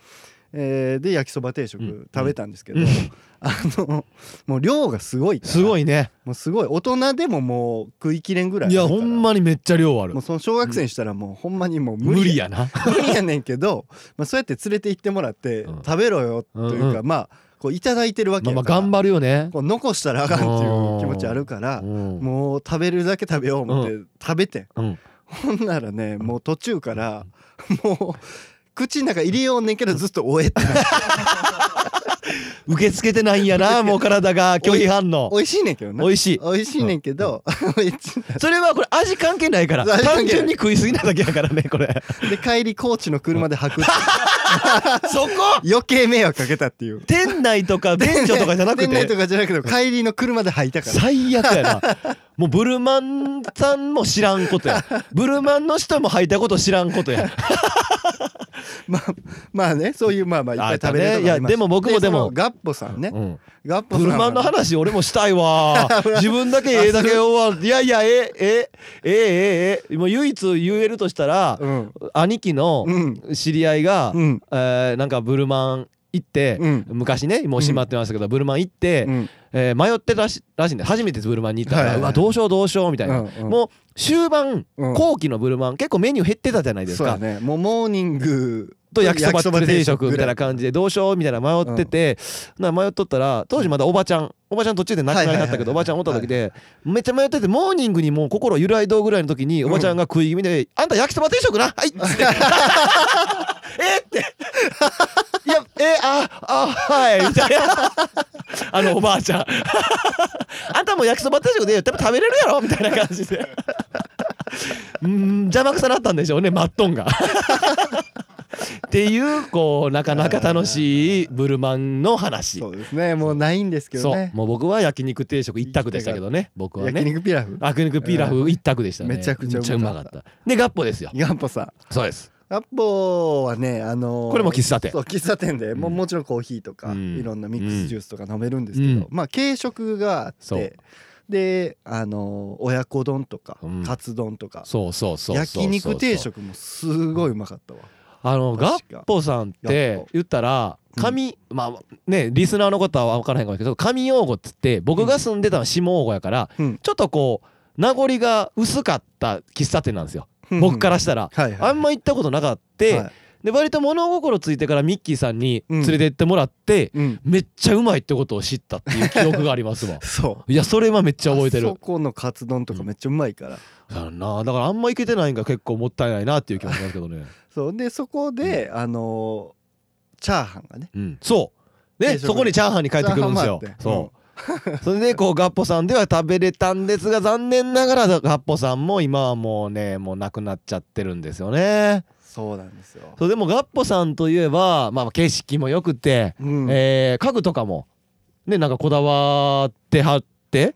Speaker 1: えーで焼きそば定
Speaker 2: う
Speaker 1: 食
Speaker 2: ん
Speaker 1: 食べたんですけど、
Speaker 2: うん
Speaker 1: [LAUGHS] あのもう量がすごいから
Speaker 2: すごいね
Speaker 1: もうすごい大人でももう食いきれんぐらい
Speaker 2: い
Speaker 1: あ
Speaker 2: や
Speaker 1: るから
Speaker 2: ほんまにめっちゃ量ある
Speaker 1: もうその小学生にしたらもうほんまにもう
Speaker 2: 無理やな
Speaker 1: [LAUGHS] 無理やねんけど、まあ、そうやって連れて行ってもらって
Speaker 2: うん
Speaker 1: 食べろよという
Speaker 2: うん
Speaker 1: か、
Speaker 2: う
Speaker 1: まあこういただいてるわけ
Speaker 2: まあ
Speaker 1: や
Speaker 2: ま
Speaker 1: か
Speaker 2: あ
Speaker 1: ら、
Speaker 2: 頑張るよね
Speaker 1: こう残したらあかんっていう気持ちあるから
Speaker 2: うん
Speaker 1: もう食べるだけ食べよう思って食べてん、 [LAUGHS]
Speaker 2: うん
Speaker 1: ほんならねもう途中からもう口の中入れようねんけどずっと「おえ」ってなって
Speaker 2: 受け付けてないんやなもう
Speaker 1: [LAUGHS]
Speaker 2: 体が拒否反応
Speaker 1: 美味しいねんけどね
Speaker 2: 美味しい
Speaker 1: 美味しいねんけど、
Speaker 2: [LAUGHS] それはこれ味関係ないから
Speaker 1: 味関係ない
Speaker 2: 単純に食いすぎなだけやからね
Speaker 1: [LAUGHS]
Speaker 2: これ
Speaker 1: で帰り高知の車で履くってい
Speaker 2: [LAUGHS]
Speaker 1: う
Speaker 2: そこ
Speaker 1: 余計迷惑かけたっていう
Speaker 2: 店内とか便所とかじゃなく
Speaker 1: [LAUGHS] 店内と
Speaker 2: て
Speaker 1: かじゃなくて帰りの車で履いたから
Speaker 2: 最悪やなもうブルマンさんも知らんことやブルマンの人も履いたこと知らんことや
Speaker 1: まあまあねそういうまあまあいっぱい食べれる
Speaker 2: あったねいやでも僕もでも
Speaker 1: ガッポさんね
Speaker 2: うん
Speaker 1: ガッポ
Speaker 2: ブ
Speaker 1: さん
Speaker 2: ルマンの
Speaker 1: は
Speaker 2: 話俺もしたい
Speaker 1: [LAUGHS]
Speaker 2: わ自分だけええだけはいやいやええええええええもう唯一言えるとしたら
Speaker 1: うん
Speaker 2: 兄貴の
Speaker 1: うん
Speaker 2: 知り合いが
Speaker 1: うん
Speaker 2: えーなんかブルマン行って
Speaker 1: うん
Speaker 2: 昔ねもう閉まってましたけどブルマン行って
Speaker 1: うん
Speaker 2: えー迷ってたらしらしいんで初めてブルマンに行ったか
Speaker 1: はい
Speaker 2: ら
Speaker 1: はいうはい
Speaker 2: わどうしようどうしようみたいな
Speaker 1: うんうん
Speaker 2: もう終盤
Speaker 1: うん
Speaker 2: 後期のブルマン結構メニュー減ってたじゃないです
Speaker 1: そうや
Speaker 2: か
Speaker 1: ねもうモーニング
Speaker 2: と焼きそば定食み
Speaker 1: ぐ
Speaker 2: た
Speaker 1: ら
Speaker 2: いな感じでどうしようみたいな迷っててな迷っとったら当時まだおばちゃんおばちゃん途中で亡くなりになったけどお
Speaker 1: はいはいはいはい
Speaker 2: ばちゃんおった時でめっちゃ迷っててモーニングにもう心揺らいどうぐらいの時におばちゃんが食い気味で「あんた焼きそば定食なはい」
Speaker 1: [LAUGHS]
Speaker 2: っつって「えっ?」って [LAUGHS] 「いやえああはい」みたいな [LAUGHS] あのおばあちゃんあんたも焼きそば定食で多分食べれるやろみたいな感じでうーん邪魔くさなったんでしょうねマットンがっていうこうなかなか楽しいブルマンの話
Speaker 1: そうですねもうないんですけど
Speaker 2: そう
Speaker 1: ね
Speaker 2: もう僕は焼肉定食一択でしたけどね僕は
Speaker 1: 焼
Speaker 2: ね
Speaker 1: 肉ピラフ
Speaker 2: 焼肉ピラフ一択でしたね
Speaker 1: めちゃくちゃ
Speaker 2: めっ
Speaker 1: う
Speaker 2: う
Speaker 1: ま
Speaker 2: ま
Speaker 1: か
Speaker 2: か
Speaker 1: っ
Speaker 2: ったたでガッポですよ
Speaker 1: ガッポさん
Speaker 2: そうです
Speaker 1: ガッポはねあのー
Speaker 2: これも喫茶店
Speaker 1: そう喫茶店でもう
Speaker 2: うん
Speaker 1: もちろんコーヒーとか
Speaker 2: うん
Speaker 1: いろんなミックスジュースとか飲めるんですけど
Speaker 2: うん
Speaker 1: まあ軽食があっ
Speaker 2: そう
Speaker 1: てであのー親子丼とか
Speaker 2: うん
Speaker 1: カツ丼とか
Speaker 2: そうそうそうそうそう
Speaker 1: 焼肉定食もすごいうまかったわ
Speaker 2: あの
Speaker 1: 確
Speaker 2: ガ
Speaker 1: か
Speaker 2: ッポさんっ
Speaker 1: ガッ
Speaker 2: て
Speaker 1: ポ
Speaker 2: 言ったら
Speaker 1: うん
Speaker 2: 神、まあねリスナーの方は分からへんかもしれないけど神用語っつって僕が住んでたのは下用語やから、
Speaker 1: うん
Speaker 2: ちょっとこう名残が薄かった喫茶店なんですよ、僕からしたら、
Speaker 1: はいはい
Speaker 2: あんま行ったことなかって、
Speaker 1: はい
Speaker 2: で割と物心ついてからミッキーさんに連れて行ってもらって、
Speaker 1: うん、
Speaker 2: めっちゃうまいってことを知ったっていう記憶がありま
Speaker 1: [LAUGHS]
Speaker 2: すわ
Speaker 1: そう
Speaker 2: いやそれはめっちゃ覚えて
Speaker 1: あそ
Speaker 2: る
Speaker 1: このカツ丼とかめっちゃうまいから、
Speaker 2: だよなだからあんま行けてないんが結構もったいないなっていう気もしますけどね、
Speaker 1: そうでそこで、あのーチャーハンがね
Speaker 2: うん、そうね
Speaker 1: 定食
Speaker 2: そこにチャーハンに帰ってくるんですよ
Speaker 1: チャーハンもあって
Speaker 2: そう、 [LAUGHS] それでこうガッポさんでは食べれたんですが残念ながらガッポさんも今はもうねもうなくなっちゃってるんですよね
Speaker 1: そうなんですよ、
Speaker 2: そうでもガッポさんといえば、まあ、景色も良くて、
Speaker 1: うん
Speaker 2: えー家具とかもねなんかこだわってはって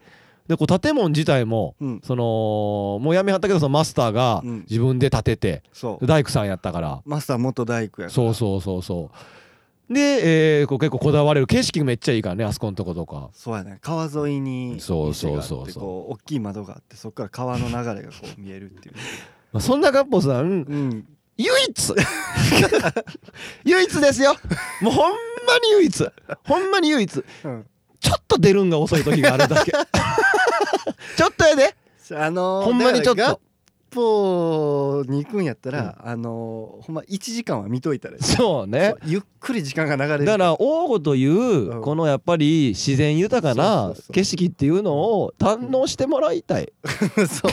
Speaker 2: でこう建物自体も
Speaker 1: うん、
Speaker 2: そのもうやめはったけどそのマスターが
Speaker 1: うん
Speaker 2: 自分で建てて、
Speaker 1: そう
Speaker 2: 大工さんやったから
Speaker 1: マスター元大工やから
Speaker 2: そうそうそうそうで、えーこう結構こだわれる景色めっちゃいいからねあそこのとことか
Speaker 1: そうやね川沿いに
Speaker 2: そうそうそ
Speaker 1: 店があ
Speaker 2: うそう
Speaker 1: ってこう大きい窓があってそこから川の流れがこう見えるっていう、
Speaker 2: [LAUGHS] まあそんなガッポさん
Speaker 1: うん、
Speaker 2: 唯一 [LAUGHS] 唯一ですよもうほんまに唯一ほんまに唯一ち
Speaker 1: うん
Speaker 2: ょっと出るんが遅い時がある
Speaker 1: [LAUGHS]
Speaker 2: だけちょっとやで
Speaker 1: あのー
Speaker 2: ほんまにちょ
Speaker 1: だ
Speaker 2: っと
Speaker 1: からガッポに行くんやったら、あのーほんま1時間は見といたらいい
Speaker 2: そうね
Speaker 1: そうゆっくり時間が流れる
Speaker 2: だから王吾とい
Speaker 1: うん
Speaker 2: うこのやっぱり自然豊か
Speaker 1: そう
Speaker 2: な
Speaker 1: そうそう
Speaker 2: 景色っていうのを堪能してもらいたい
Speaker 1: [LAUGHS] そう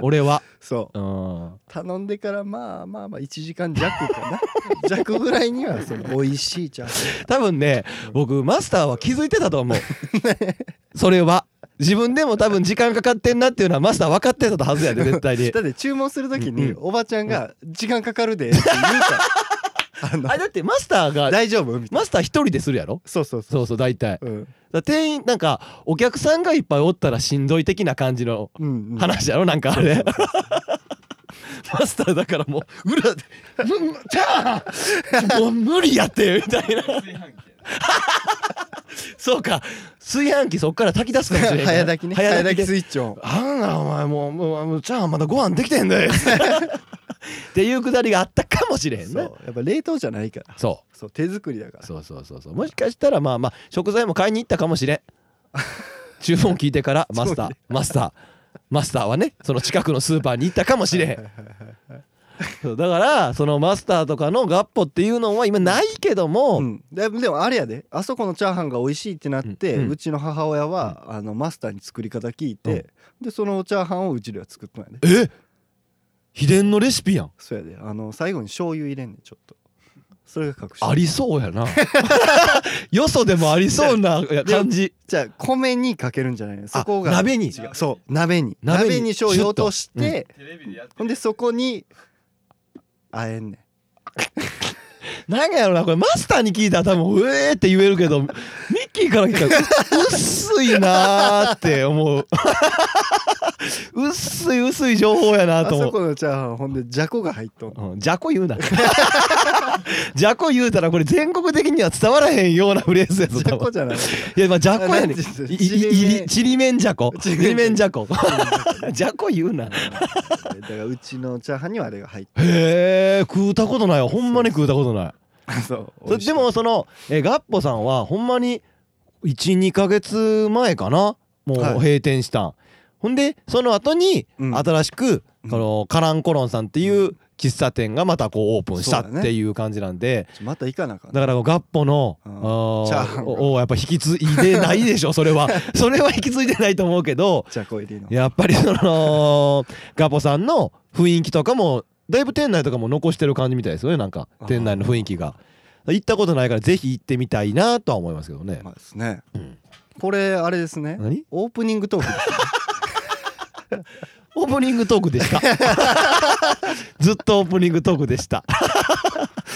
Speaker 2: 俺
Speaker 1: [LAUGHS]
Speaker 2: は
Speaker 1: そう
Speaker 2: うん
Speaker 1: 頼んでからまあまあまあ1時間弱か [LAUGHS] な弱ぐらいにはその美味しいチャーハ
Speaker 2: 多分ね
Speaker 1: うん
Speaker 2: 僕マスターは気づいてた
Speaker 1: [LAUGHS]
Speaker 2: と思うそれは自分でも多分時間かかってんなっていうのはマスター分かってたはず
Speaker 1: [LAUGHS]
Speaker 2: やで絶対
Speaker 1: ン
Speaker 2: に
Speaker 1: だって注文するとき
Speaker 2: うん
Speaker 1: に
Speaker 2: うん
Speaker 1: おばちゃんが「時間かかるで」って言う [LAUGHS] から「あの
Speaker 2: あだってマスターが
Speaker 1: 大丈夫?」みたいな
Speaker 2: マスター一人でするやろ
Speaker 1: そうそうそう
Speaker 2: そうそう大体だか
Speaker 1: うん
Speaker 2: ら店員なんかお客さんがいっぱいおったらしんどい的な感じの
Speaker 1: うんうん
Speaker 2: 話やろなんかあれマスターだからもう裏で「うんじゃあもう無理やって」みたいなそうか炊飯器そっから炊き出すかもしれない
Speaker 1: 早炊きね早
Speaker 2: で
Speaker 1: 炊きスイッチオン
Speaker 2: あんなお前もうもうもうチャーハンまだご飯できてへんで [LAUGHS] っていうくだりがあったかもしれへん
Speaker 1: そ
Speaker 2: ね
Speaker 1: うやっぱ冷凍じゃないから
Speaker 2: そ
Speaker 1: そう手作りだか
Speaker 2: う
Speaker 1: ら
Speaker 2: そうそうそうそうもしかしたらまあまあ食材も買いに行ったかもしれん注文聞いてからマスターマスターマスターはねその近くのスーパーに行ったかもしれへんそうだからそのマスターとかのガッポっていうのは今ないけども、
Speaker 1: うん、ででもあれやであそこのチャーハンが美味しいってなって、
Speaker 2: う
Speaker 1: うん
Speaker 2: うん
Speaker 1: ちの母親は、あのマスターに作り方聞いて、でそのチャーハンをうちでは作ったんやで
Speaker 2: え秘伝のレシピやん
Speaker 1: そうやであの最後に醤油入れんねんちょっとそれが隠し
Speaker 2: ありそうやなよそでもありそうな感じ
Speaker 1: じゃあ米にかけるんじゃないのそこが
Speaker 2: あ鍋に
Speaker 1: 違うそう鍋に
Speaker 2: 鍋
Speaker 1: 鍋
Speaker 2: に
Speaker 1: に醤油落として、
Speaker 3: テレビでやって
Speaker 1: ほんでそこにあえんねん
Speaker 2: なんやろなこれマスターに聞いたら多分「うえー」って言えるけどミッキーから聞いたらう薄いなーって思う薄い薄い情報やな
Speaker 1: あ
Speaker 2: と思
Speaker 1: そうこのチャーハンほんでじゃこが入っとんの
Speaker 2: うんじゃこ言うなじゃこ言うたらこれ全国的には伝わらへんようなフレーズやぞ
Speaker 1: じゃ
Speaker 2: 多分
Speaker 1: こじゃない
Speaker 2: いやまあじゃこやねん
Speaker 1: あなんて
Speaker 2: い
Speaker 1: 言うの
Speaker 2: いいいちりめんじゃこ
Speaker 1: ち
Speaker 2: ち
Speaker 1: りめんじゃこ
Speaker 2: りめんじゃこ [LAUGHS] じゃこ言うな
Speaker 1: だからうちのチャーハンにはあれが入っ
Speaker 2: へえ食うたことないわほんまに食うたことない
Speaker 1: たそう
Speaker 2: そ
Speaker 1: 美
Speaker 2: れ
Speaker 1: 味しい
Speaker 2: でもその、えーガッポさんはほんまに12ヶ月前かなもう
Speaker 1: はい
Speaker 2: 閉店したん、ほんでその後に
Speaker 1: うん
Speaker 2: 新しく、
Speaker 1: うん
Speaker 2: このカランコロンさんっていうう喫茶店がまたこうオープンした
Speaker 1: そうだね
Speaker 2: っていう感じなんで、
Speaker 1: ちょまた行かなあかん
Speaker 2: だからこうガッポの、
Speaker 1: う
Speaker 2: あ
Speaker 1: ん
Speaker 2: ー
Speaker 1: チャーハンが
Speaker 2: をやっぱ引き継いでないでしょそれ
Speaker 1: [LAUGHS]
Speaker 2: はそれは引き継いでないと思うけど
Speaker 1: じゃこ入りの
Speaker 2: やっぱりそのガポさんの雰囲気とかもだいぶ店内とかも残してる感じみたいですよねなんか
Speaker 1: あー
Speaker 2: 店内の雰囲気が行ったことないからぜひ行ってみたいなとは思いますけどね、
Speaker 1: まあですね、
Speaker 2: うん
Speaker 1: これあれですね
Speaker 2: 何
Speaker 1: オープニングトークですね
Speaker 2: オープニングトークでした
Speaker 1: [LAUGHS]
Speaker 2: ずっとオープニングトークでした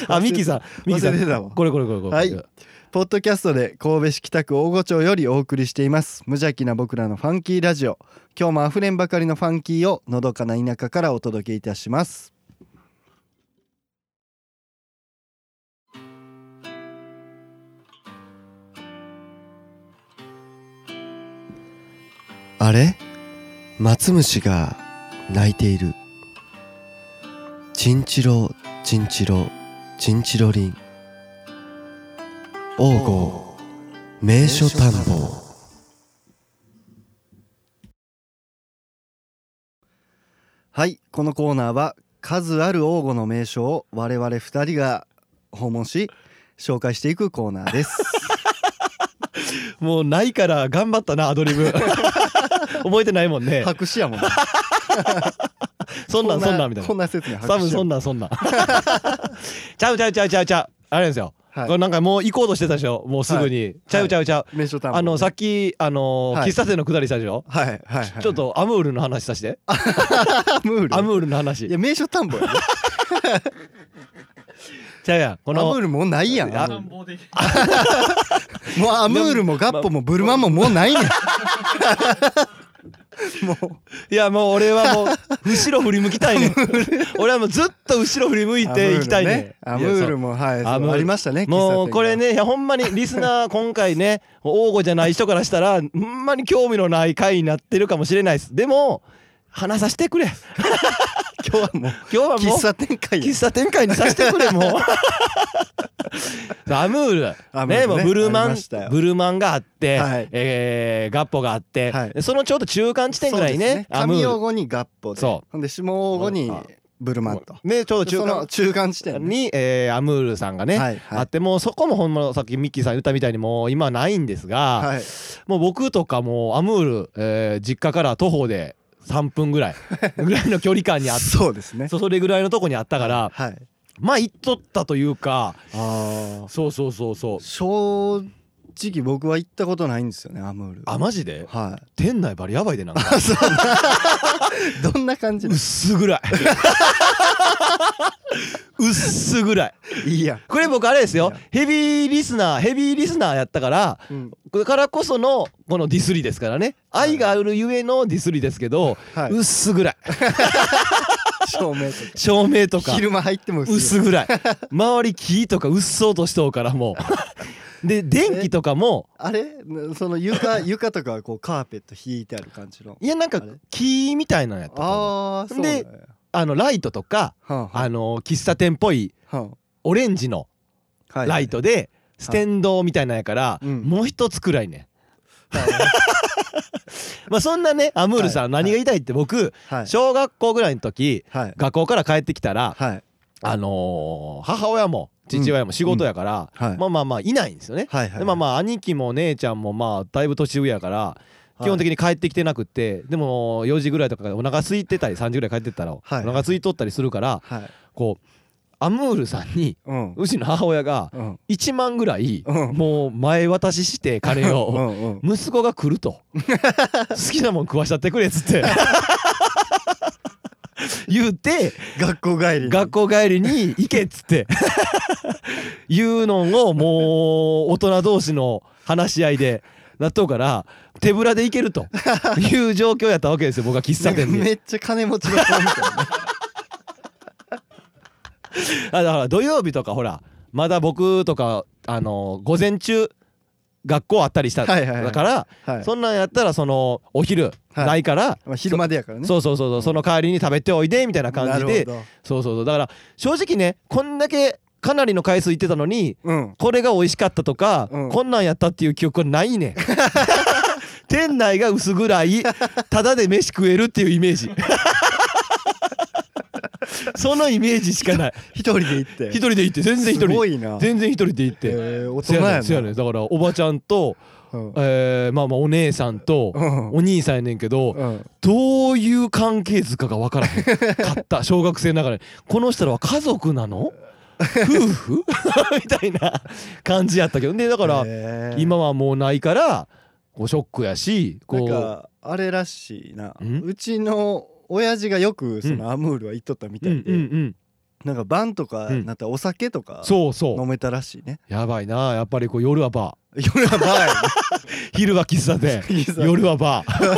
Speaker 2: あミキさんミキさ
Speaker 1: 忘れ
Speaker 2: ん
Speaker 1: てたわ
Speaker 2: これこれこれこれ、
Speaker 1: はいポッドキャストで神戸市北区大御町よりお送りしています無邪気な僕らのファンキーラジオ今日もあふれんばかりのファンキーをのどかな田舎からお届けいたしますあれ松虫が鳴いているチンチロチンチロチンチロリン王郷名所探訪はいこのコーナーは数ある王吾の名所を我々2人が訪問し紹介していくコーナーです
Speaker 2: もうないから頑張ったなアド
Speaker 1: [LAUGHS]
Speaker 2: リブ覚えてないもんね
Speaker 1: 白紙やもんね
Speaker 2: そんなんそんなんみたいな
Speaker 1: こんな説明
Speaker 2: 多分そん
Speaker 1: な
Speaker 2: なんそん [LAUGHS] なんちゃうちゃうちゃうちゃうちゃうあれですよ、
Speaker 1: はい
Speaker 2: これなんかもう行こうとしてたでしょもうすぐに、ちゃうちゃうちゃう、
Speaker 1: 名所探訪
Speaker 2: あのさっきあのー
Speaker 1: はい
Speaker 2: 喫茶店の下りしたでしょ、
Speaker 1: はいはいはいはい
Speaker 2: ちょっとアムールの話させて
Speaker 1: アムール
Speaker 2: アムールの話
Speaker 1: いや名所探訪やね
Speaker 2: ちゃうやんこ
Speaker 1: アム
Speaker 2: の
Speaker 1: ールもうないやん
Speaker 2: あ
Speaker 3: る
Speaker 1: も
Speaker 3: 暖房できる
Speaker 1: うアムールもガッポもブルマンももうないねんもう
Speaker 2: いやもう俺
Speaker 1: [LAUGHS]
Speaker 2: はもう後ろ振り向きたいねん俺はもうずっと後ろ振り向いていきたいねん
Speaker 1: アムールねアムール
Speaker 2: い
Speaker 1: もはい
Speaker 2: アムール
Speaker 1: ありましたね
Speaker 2: やそうもうこれ
Speaker 1: ね
Speaker 2: ねいやほんまにリス
Speaker 1: [LAUGHS]
Speaker 2: ナー今回ね王吾じゃない人からしたらほんまに興味のない回になってるかもしれないですでも話させてくれ
Speaker 1: [LAUGHS] 今日はもう
Speaker 2: 今日はもう
Speaker 1: 喫茶店会や
Speaker 2: 喫茶店会にさせて
Speaker 1: [LAUGHS]
Speaker 2: くれもうアムール
Speaker 1: アムールね
Speaker 2: ねもうブルマ
Speaker 1: あり
Speaker 2: ン
Speaker 1: ましたよ
Speaker 2: ブルマンがあって、
Speaker 1: はい
Speaker 2: えーガッポがあって、
Speaker 1: はい
Speaker 2: でそのちょうど中間地点ぐらいねアム
Speaker 1: 上
Speaker 2: ー
Speaker 1: 用
Speaker 2: ル
Speaker 1: 語にガッポで
Speaker 2: そ
Speaker 1: ほんで下用語に
Speaker 2: あ
Speaker 1: ブルマンと
Speaker 2: ねちょうど中
Speaker 1: その
Speaker 2: 間
Speaker 1: 中間地点ね
Speaker 2: に、えーアムールさんがね、
Speaker 1: はいはい
Speaker 2: あってもうそこもほんまさっきミッキーさん言ったみたいにもう今はないんですが、
Speaker 1: はい
Speaker 2: もう僕とかもうアムール、えー実家から徒歩で3分ぐらいぐらいの距離感に
Speaker 1: [LAUGHS]
Speaker 2: あっ
Speaker 1: そうですね
Speaker 2: そそれぐらいのとこにあったから
Speaker 1: はい
Speaker 2: まあ行っとったというか
Speaker 1: あ
Speaker 2: そうそうそうそう
Speaker 1: 正直僕は行ったことないんですよねアムール
Speaker 2: あマジで
Speaker 1: は
Speaker 2: 店内バリやばいでなん
Speaker 1: [LAUGHS]
Speaker 2: か
Speaker 1: いどんな感じなん
Speaker 2: 薄
Speaker 1: [LAUGHS]
Speaker 2: ぐらい薄ぐらい
Speaker 1: いいや
Speaker 2: これ僕あれですよ
Speaker 1: いや
Speaker 2: ヘビーリスナーヘビーリスナーやったから
Speaker 1: うん
Speaker 2: だからこそのこのディスリですからね愛があるゆえのディスリですけど、
Speaker 1: はい
Speaker 2: 薄ぐらい
Speaker 1: 照明と
Speaker 2: 照明と
Speaker 1: か
Speaker 2: か
Speaker 1: 昼間入っても薄い
Speaker 2: 薄暗い周り木とかうっそうとしとうからも
Speaker 1: [LAUGHS]
Speaker 2: うで電気とかも
Speaker 1: あれその
Speaker 2: [LAUGHS]
Speaker 1: 床床とかはこうカーペット引いてある感じの
Speaker 2: いやなんか
Speaker 1: あれ
Speaker 2: 木みたいなんやったと思う
Speaker 1: ああそうなんや
Speaker 2: であのライトとか
Speaker 1: はんはん
Speaker 2: あの喫茶店っぽい
Speaker 1: はん
Speaker 2: オレンジの
Speaker 1: はい
Speaker 2: ライトでステンドみたいなんやから
Speaker 1: うん
Speaker 2: もう一つくらいね
Speaker 1: は
Speaker 2: まあそんなねアムールさん
Speaker 1: はい
Speaker 2: 何が言いたいって僕 [LAUGHS]
Speaker 1: い
Speaker 2: 小学校ぐらいの時
Speaker 1: はい
Speaker 2: 学校から帰ってきたら
Speaker 1: はい
Speaker 2: あのー母親も父親も仕事やから
Speaker 1: うんはい
Speaker 2: まあまあまあいないんですよね
Speaker 1: はいはい
Speaker 2: でまあまあ兄貴も姉ちゃんもまあだいぶ年上やから
Speaker 1: あ
Speaker 2: 基本的
Speaker 1: に
Speaker 2: に帰ってきてなくってでも4時ぐらいとかでお腹空いてたり3時ぐらい帰ってったらお
Speaker 1: はい
Speaker 2: 腹空いとったりするから
Speaker 1: はい
Speaker 2: こうアムールさんに
Speaker 1: うん
Speaker 2: うちの母親が
Speaker 1: うん
Speaker 2: 1万ぐらい
Speaker 1: うん
Speaker 2: もう前渡しして金
Speaker 1: う
Speaker 2: を
Speaker 1: んうん
Speaker 2: 息子が来
Speaker 1: [LAUGHS]
Speaker 2: ると好きなもん食わしちゃってくれっつって言うて
Speaker 1: 学校帰りに
Speaker 2: 学校帰りに行けっつって [LAUGHS] 言うのをもう大人同士の話し合いで納豆から手ぶらで行けるという状況やったわけですよ僕は喫茶店
Speaker 1: なんか
Speaker 2: に
Speaker 1: めっちゃ金持ちの子みたいな
Speaker 2: あだから土曜日とかほらまだ僕とかあの午前中学校あったりした
Speaker 1: はいはいはい
Speaker 2: だから
Speaker 1: はい
Speaker 2: そんなんやったらそのお昼
Speaker 1: はい
Speaker 2: ないから
Speaker 1: まあ昼間でやからね
Speaker 2: そうそうそうそうその代わりに食べておいでみたいな感じ
Speaker 1: なる
Speaker 2: で
Speaker 1: ほど
Speaker 2: そうそうそうだから正直ねこんだけかなりの回数行ってたのに
Speaker 1: うん
Speaker 2: これが美味しかったとか、
Speaker 1: うん
Speaker 2: こんなんやったっていう記憶はな
Speaker 1: [LAUGHS]
Speaker 2: いねん店内が薄暗いただで飯食えるっていうイメ
Speaker 1: [LAUGHS]
Speaker 2: ージそのイメージしかない
Speaker 1: 一人で行って
Speaker 2: 一人で行って全然一
Speaker 1: す
Speaker 2: 人
Speaker 1: ごいな
Speaker 2: 全然一人で行っ
Speaker 1: え
Speaker 2: て、
Speaker 1: ー大人
Speaker 2: せやね
Speaker 1: や
Speaker 2: んせや
Speaker 1: な
Speaker 2: ねんだからおばちゃんと、
Speaker 1: うん
Speaker 2: えーまあまあお姉さんと、
Speaker 1: うん
Speaker 2: お兄さんやねんけど、
Speaker 1: うん
Speaker 2: どういう関係図かが
Speaker 1: [LAUGHS]
Speaker 2: 分からへんかった小学生ながらにこの人らは家族なの夫婦 [LAUGHS] みたいな感じやったけどでだから
Speaker 1: へー
Speaker 2: 今はもうないからこうショックやし
Speaker 1: な
Speaker 2: こ
Speaker 1: ん
Speaker 2: う
Speaker 1: かあれらしいなんうちの親父がよくそ
Speaker 2: うん
Speaker 1: のアムールは行っとったみ
Speaker 2: う
Speaker 1: た
Speaker 2: ん
Speaker 1: い
Speaker 2: うんう
Speaker 1: で
Speaker 2: ん
Speaker 1: なんか晩とか
Speaker 2: うん
Speaker 1: なったらお酒とか
Speaker 2: そうそ
Speaker 1: 飲
Speaker 2: う
Speaker 1: めたらしいね
Speaker 2: やばいなやっぱりこう夜はバ
Speaker 1: 夜はバ
Speaker 2: ー昼は喫茶
Speaker 1: [LAUGHS]
Speaker 2: 店
Speaker 1: ーやね
Speaker 2: 夜はバー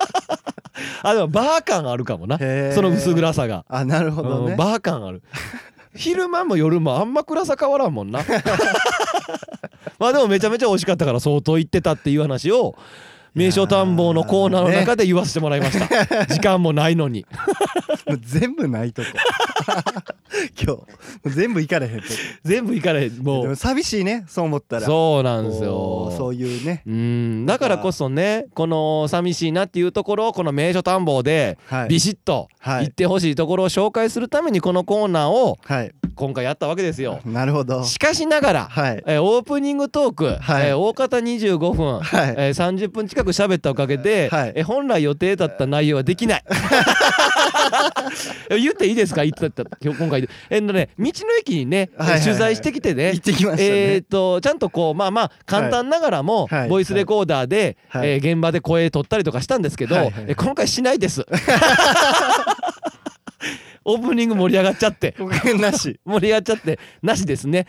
Speaker 2: [LAUGHS] あでもバー感あるかもな
Speaker 1: へー
Speaker 2: その薄暗さが、
Speaker 1: あなるほど
Speaker 2: うん
Speaker 1: ね
Speaker 2: バー感ある [LAUGHS] 昼間も夜もあんま暗さ変わらんも
Speaker 1: [LAUGHS]
Speaker 2: んな [LAUGHS] まあでもめちゃめちゃ美味しかったから相当行ってたっていう話を名所探訪のコーナーの中で言わせてもらいました時間もないの
Speaker 1: [LAUGHS]
Speaker 2: に
Speaker 1: もう全部ないとこ [LAUGHS] 今日もう全部行かれへんとこ
Speaker 2: 全部行かれへんも
Speaker 1: でも
Speaker 2: う
Speaker 1: 寂しいねそう思ったら
Speaker 2: [LAUGHS] そうなんです
Speaker 1: こうそ
Speaker 2: よ
Speaker 1: ういうね
Speaker 2: うんだからこそねこの寂しいなっていうところをこの名所探訪で
Speaker 1: はい
Speaker 2: ビシッと
Speaker 1: はい
Speaker 2: 行ってほしいところを紹介するためにこのコーナーを
Speaker 1: はい
Speaker 2: 今回やったわけですよ
Speaker 1: なるほど
Speaker 2: しかしながら
Speaker 1: はい
Speaker 2: えーオープニングトーク、
Speaker 1: はい
Speaker 2: えー大方25
Speaker 1: は
Speaker 2: 分、
Speaker 1: い
Speaker 2: えー30分近く喋ったおかげで、
Speaker 1: はい
Speaker 2: えー本来予定だった内容はでき
Speaker 1: [LAUGHS]
Speaker 2: ない。言っていいですか言ってた今日今回えーのね道の駅にね、えー
Speaker 1: はいはいはい
Speaker 2: 取材してきてね
Speaker 1: 行ってきました
Speaker 2: えー
Speaker 1: ね
Speaker 2: っとちゃんとこうまあまあ簡単ながらも、
Speaker 1: はいはい
Speaker 2: ボイスレコーダーで、
Speaker 1: はい
Speaker 2: えー現場で声取ったりとかしたんですけど、
Speaker 1: はいはい
Speaker 2: えー今回しな
Speaker 1: [LAUGHS]
Speaker 2: いです。オープニング盛り上がっちゃって。
Speaker 1: お金 [LAUGHS] なし
Speaker 2: 盛り上がっちゃってなしですね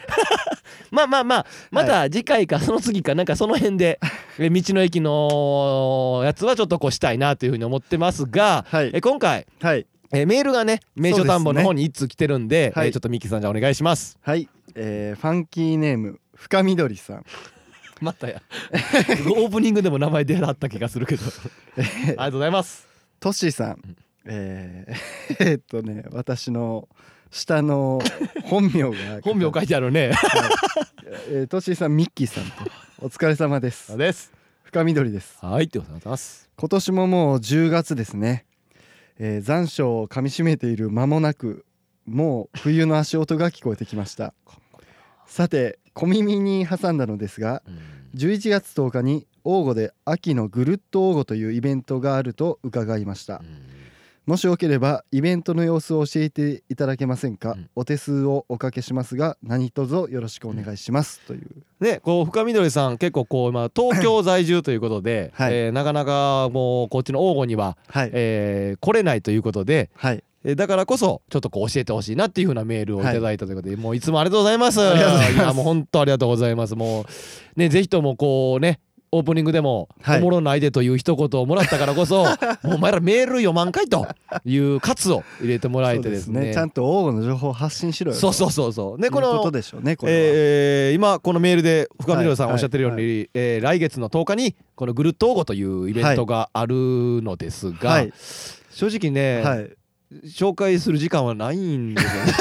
Speaker 2: [LAUGHS] まあまあまあまた次回かその次かなんかその
Speaker 1: [LAUGHS]
Speaker 2: 辺でえ道の駅のやつはちょっとこうしたいなというふうに思ってますが、
Speaker 1: はい
Speaker 2: え今回
Speaker 1: はい
Speaker 2: えメールがね名所田んぼの
Speaker 1: そ
Speaker 2: 方
Speaker 1: う
Speaker 2: に一通来てるんで
Speaker 1: はい
Speaker 2: えちょっとミッキーさんじゃあお願いします
Speaker 1: はい、えー、ファンキーネーム深緑さん
Speaker 2: またや [LAUGHS] オープニングでも名前出なかった気がする
Speaker 1: [LAUGHS]
Speaker 2: けどありがとうございます
Speaker 1: トッシーさん、えー、 [LAUGHS] えーっとね私の下の本名が
Speaker 2: [LAUGHS] 本名書いてあるね
Speaker 1: えー、トッシーさんミッキーさんとお疲れ様です
Speaker 2: です
Speaker 1: 深緑です
Speaker 2: [LAUGHS] はいってことでございます
Speaker 1: 今年ももう10月ですね、えー、残暑をかみしめている間もなくもう冬の足音が聞こえてきましたさて小耳に挟んだのですが11月10日に王吾で秋のぐるっと王吾というイベントがあると伺いましたもしよければイベントの様子を教えていただけませんか、
Speaker 2: うん
Speaker 1: お手数をおかけしますが何卒よろしくお願いします、という
Speaker 2: ね、こう深緑さん結構こう [LAUGHS] 今東京在住ということ [LAUGHS] で、
Speaker 1: はい
Speaker 2: えーなかなかもうこっちの王吾には、
Speaker 1: はい、
Speaker 2: えー来れないということで、
Speaker 1: はい
Speaker 2: えーだからこそちょっとこう教えてほしいなっていうふうなメールをいただいたということで、もういつもありがとうございます。
Speaker 1: ありがとうございます
Speaker 2: やもう本当ありがとうございます。もうねぜひともこうねオープニングでも「
Speaker 1: はい
Speaker 2: おもろないで」という一言をもらったからこ [LAUGHS] そもうお前らメール読まんかいという喝を入れてもらえてですね
Speaker 1: ちゃんと王の情報を発信しろよ
Speaker 2: そうそううそうそうで
Speaker 1: こ
Speaker 2: こ
Speaker 1: のこと
Speaker 2: の
Speaker 1: でしょうねこれは、
Speaker 2: えー今このメールで深見亮さん
Speaker 1: はい
Speaker 2: おっしゃってるように、
Speaker 1: は
Speaker 2: えー来月の10日にこの「グルトーゴ」というイベントがあるのですが、
Speaker 1: はい
Speaker 2: 正直ね、
Speaker 1: はい
Speaker 2: 紹介する時間はないんですよね。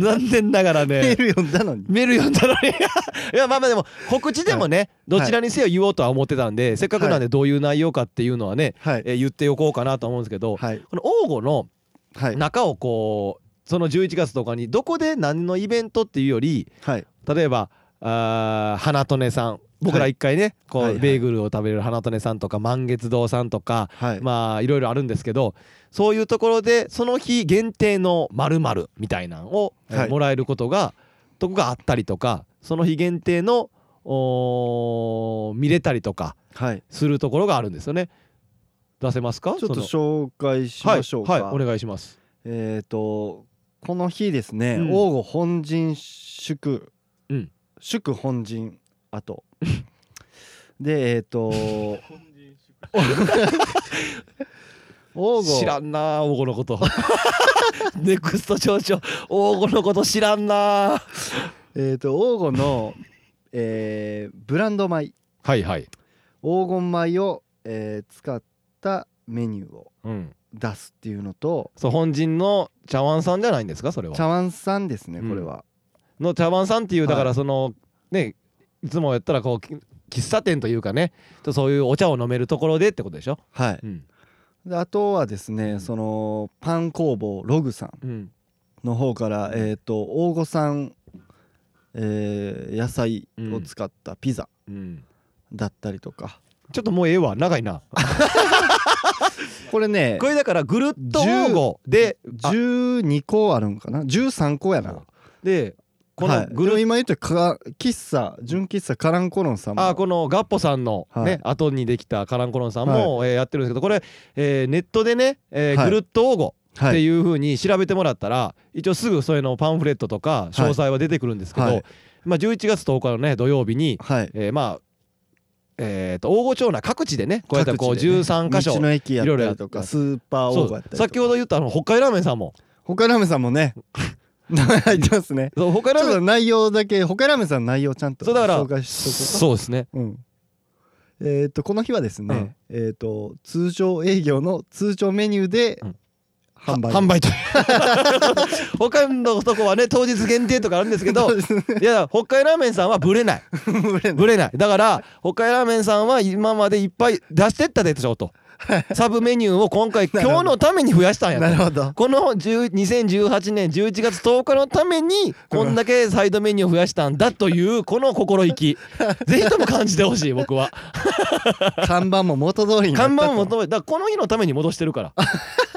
Speaker 2: 残念ながら
Speaker 1: メー
Speaker 2: ね。
Speaker 1: ル読んだのに
Speaker 2: メール読んだのに [LAUGHS] いやまあまあでも告知でもね、どちらにせよ言おうとは思ってたんで、せっかくなんでどういう内容かっていうのはね、
Speaker 1: はい
Speaker 2: えー言っておこうかなと思うんですけど、
Speaker 1: はい
Speaker 2: この王吾の
Speaker 1: はい
Speaker 2: 中をこうその11月とかにどこで何のイベントっていうより
Speaker 1: はい
Speaker 2: 例えばあー花とねさん僕ら
Speaker 1: はい
Speaker 2: 一回ね、こう
Speaker 1: はいはい
Speaker 2: ベーグルを食べる花とねさんとか満月堂さんとか、
Speaker 1: はい、
Speaker 2: まあいろいろあるんですけどそういうところでその日限定の〇〇みたいなのを、えー
Speaker 1: はい
Speaker 2: もらえることがとこがあったりとかその日限定のおー見れたりとか
Speaker 1: はい
Speaker 2: するところがあるんですよね。出せますか
Speaker 1: ちょっと
Speaker 2: その
Speaker 1: 紹介しましょうか、
Speaker 2: はい、はい、お願いします。
Speaker 1: えっ、とこの日ですね、
Speaker 2: うん
Speaker 1: 王吾本陣祝、
Speaker 2: うん
Speaker 1: 祝本陣後 [LAUGHS] でえっ、と王吾
Speaker 2: 知らんなあ王吾のこと [LAUGHS] ネクスト町長王吾のこと知らんなあ
Speaker 1: えっ、と王吾の、えーブランド米
Speaker 2: はいはい、
Speaker 1: 黄金米を、えー使ったメニューを
Speaker 2: うん、
Speaker 1: 出すっていうのと
Speaker 2: そう本陣の茶碗さんじゃないんですかそれは
Speaker 1: 茶碗さんですね
Speaker 2: うん
Speaker 1: これは、
Speaker 2: の茶碗さんってい
Speaker 1: は
Speaker 2: う
Speaker 1: い
Speaker 2: だからその、ねいつもやったらこうき喫茶店というかねちょっとそういうお茶を飲めるところでってことでしょ、
Speaker 1: はい
Speaker 2: うん
Speaker 1: であとはですね、
Speaker 2: うん
Speaker 1: そのパン工房ログさん
Speaker 2: うん、
Speaker 1: の方から、えー、と大御産、えー野菜を使ったピザだったりとか、
Speaker 2: ちょっともうええわ長いな
Speaker 1: これね
Speaker 2: これだからぐるっと王吾であ
Speaker 1: 12個あるんかな13個やな
Speaker 2: でこの
Speaker 1: はい
Speaker 2: ぐ
Speaker 1: でも
Speaker 2: るっ、
Speaker 1: 今言ったか喫茶純喫茶カランコロンさんも
Speaker 2: あこのガッポさんの、ね
Speaker 1: はい
Speaker 2: 後にできたカランコロンさんも、えーやってるんですけどこれ、えーネットでね、えー
Speaker 1: はい
Speaker 2: ぐるっと王吾っ
Speaker 1: は
Speaker 2: て
Speaker 1: い
Speaker 2: いうふうに調べてもらったら一応すぐそれのパンフレットとか詳細は出てくるんですけど、
Speaker 1: はい
Speaker 2: まあ、11月10日のね土曜日に、
Speaker 1: はい
Speaker 2: えーまあえーと大御町内各地でねこうやってこう
Speaker 1: 各地でね
Speaker 2: 13箇所、
Speaker 1: 道の駅やった
Speaker 2: いろいろやっ
Speaker 1: りと
Speaker 2: たりと
Speaker 1: か
Speaker 2: か
Speaker 1: スーパー
Speaker 2: そ
Speaker 1: オーバーやっ
Speaker 2: う
Speaker 1: たりとか
Speaker 2: 先ほど言ったあの北海ラーメンさんも
Speaker 1: 他ラーメンさんもね
Speaker 2: [LAUGHS]
Speaker 1: 名前入ってますね
Speaker 2: そう北海
Speaker 1: ち
Speaker 2: ラ
Speaker 1: ょっ
Speaker 2: ーメ
Speaker 1: と
Speaker 2: ン
Speaker 1: 内容だけ他ラーメンさんの内容ちゃんと
Speaker 2: そうだから
Speaker 1: 紹介しとこ
Speaker 2: そうですね
Speaker 1: うかうんえっ、とこの日はですね、えっ、と通常営業の通常メニューで
Speaker 2: うん
Speaker 1: 販売、
Speaker 2: 販売 [LAUGHS] と他のとこはね当日限定とかあるんですけど
Speaker 1: そうです
Speaker 2: [LAUGHS]
Speaker 1: ね
Speaker 2: いや北海ラーメンさんはブ
Speaker 1: [LAUGHS]
Speaker 2: レない
Speaker 1: ブレない
Speaker 2: ブレないだから北海ラーメンさんは今までいっぱい出してったでしょとサブメニューを今回
Speaker 1: なるほど
Speaker 2: 今日のために増やしたんやと
Speaker 1: なるほど
Speaker 2: この10 2018年11月10日のためにこんだけサイドメニューを増やしたんだ
Speaker 1: [LAUGHS]
Speaker 2: というこの心意気ぜひとも感じてほしい僕は
Speaker 1: 看板も元通りになった
Speaker 2: 看
Speaker 1: と
Speaker 2: 板を求めだからこの日のために戻してるから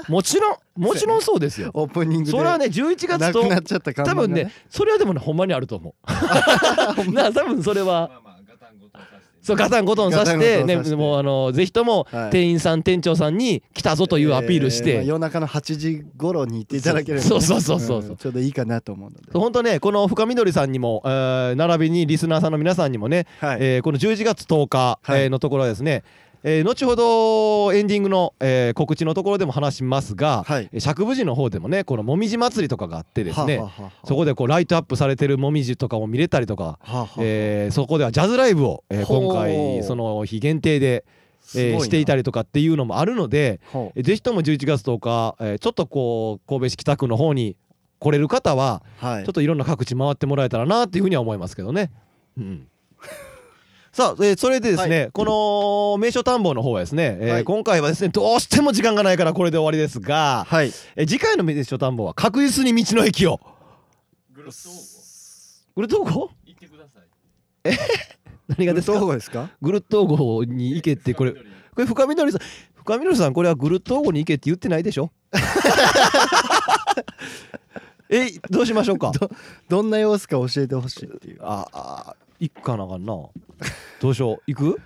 Speaker 2: もちろんもちろんそうですよ
Speaker 1: [LAUGHS] オープニングで
Speaker 2: それはね11
Speaker 1: な
Speaker 2: 月
Speaker 1: く
Speaker 2: と
Speaker 1: なっちゃった看板
Speaker 2: 多
Speaker 1: が
Speaker 2: 分ねそれはでもねほんまにあると思
Speaker 1: [LAUGHS]
Speaker 2: うな多分それは
Speaker 3: まあまあガタンゴトンさせてね
Speaker 2: そうガタンゴトンさして
Speaker 1: ガタンゴトンさせ
Speaker 2: ね
Speaker 1: て
Speaker 2: もうあのぜひとも
Speaker 1: はい
Speaker 2: 店員さん店長さんに来たぞというアピールし
Speaker 1: えーまあ
Speaker 2: て
Speaker 1: 夜中の8時頃に行っていただければ、
Speaker 2: そうそうそうそうそうん
Speaker 1: ちょうどいいかなと思うので
Speaker 2: 本当ねこの深緑さんにもえー並びにリスナーさんの皆さんにもね
Speaker 1: はい、
Speaker 2: えーこの11月10日
Speaker 1: はい
Speaker 2: えーのところはですねえー後ほどエンディングのえー告知のところでも話しますが
Speaker 1: はい
Speaker 2: えー釈部寺の方でもねこのもみじ祭りとかがあってです
Speaker 1: はあ
Speaker 2: ね
Speaker 1: はあはあ
Speaker 2: そこでこうライトアップされてるもみじとかも見れたりとか
Speaker 1: はあはあ
Speaker 2: えーそこではジャズライブをえー
Speaker 1: ほう
Speaker 2: 今回その日限定でえーしていた
Speaker 1: り
Speaker 2: りとかっていうのもあるので
Speaker 1: ほう
Speaker 2: えぜひとも11月10日、えーちょっとこう神戸市北区の方に来れる方は、
Speaker 1: はい
Speaker 2: ちょっといろんな各地回ってもらえたらなっていうふうには思いますけどね。うん、
Speaker 1: [LAUGHS]
Speaker 2: さあ、えーそれでですね、この名所探訪の方はですね、えー
Speaker 1: はい
Speaker 2: 今回はですねどうしても時間がないからこれで終わりですが、
Speaker 1: はい
Speaker 2: えー次回の名所探訪は確実に道の駅を。
Speaker 3: グロスト
Speaker 2: グルトーゴ
Speaker 3: 行ってください
Speaker 2: 何がですか
Speaker 1: どうですか
Speaker 2: グルトーゴに行けってこれこれ深緑さん深緑さんこれはグルトーゴに行けって言ってないでし [LAUGHS] ょえどうしましょうか
Speaker 1: どんな様子か教えてほしいっていう
Speaker 2: ああ行くかなあかんなどうしよう行く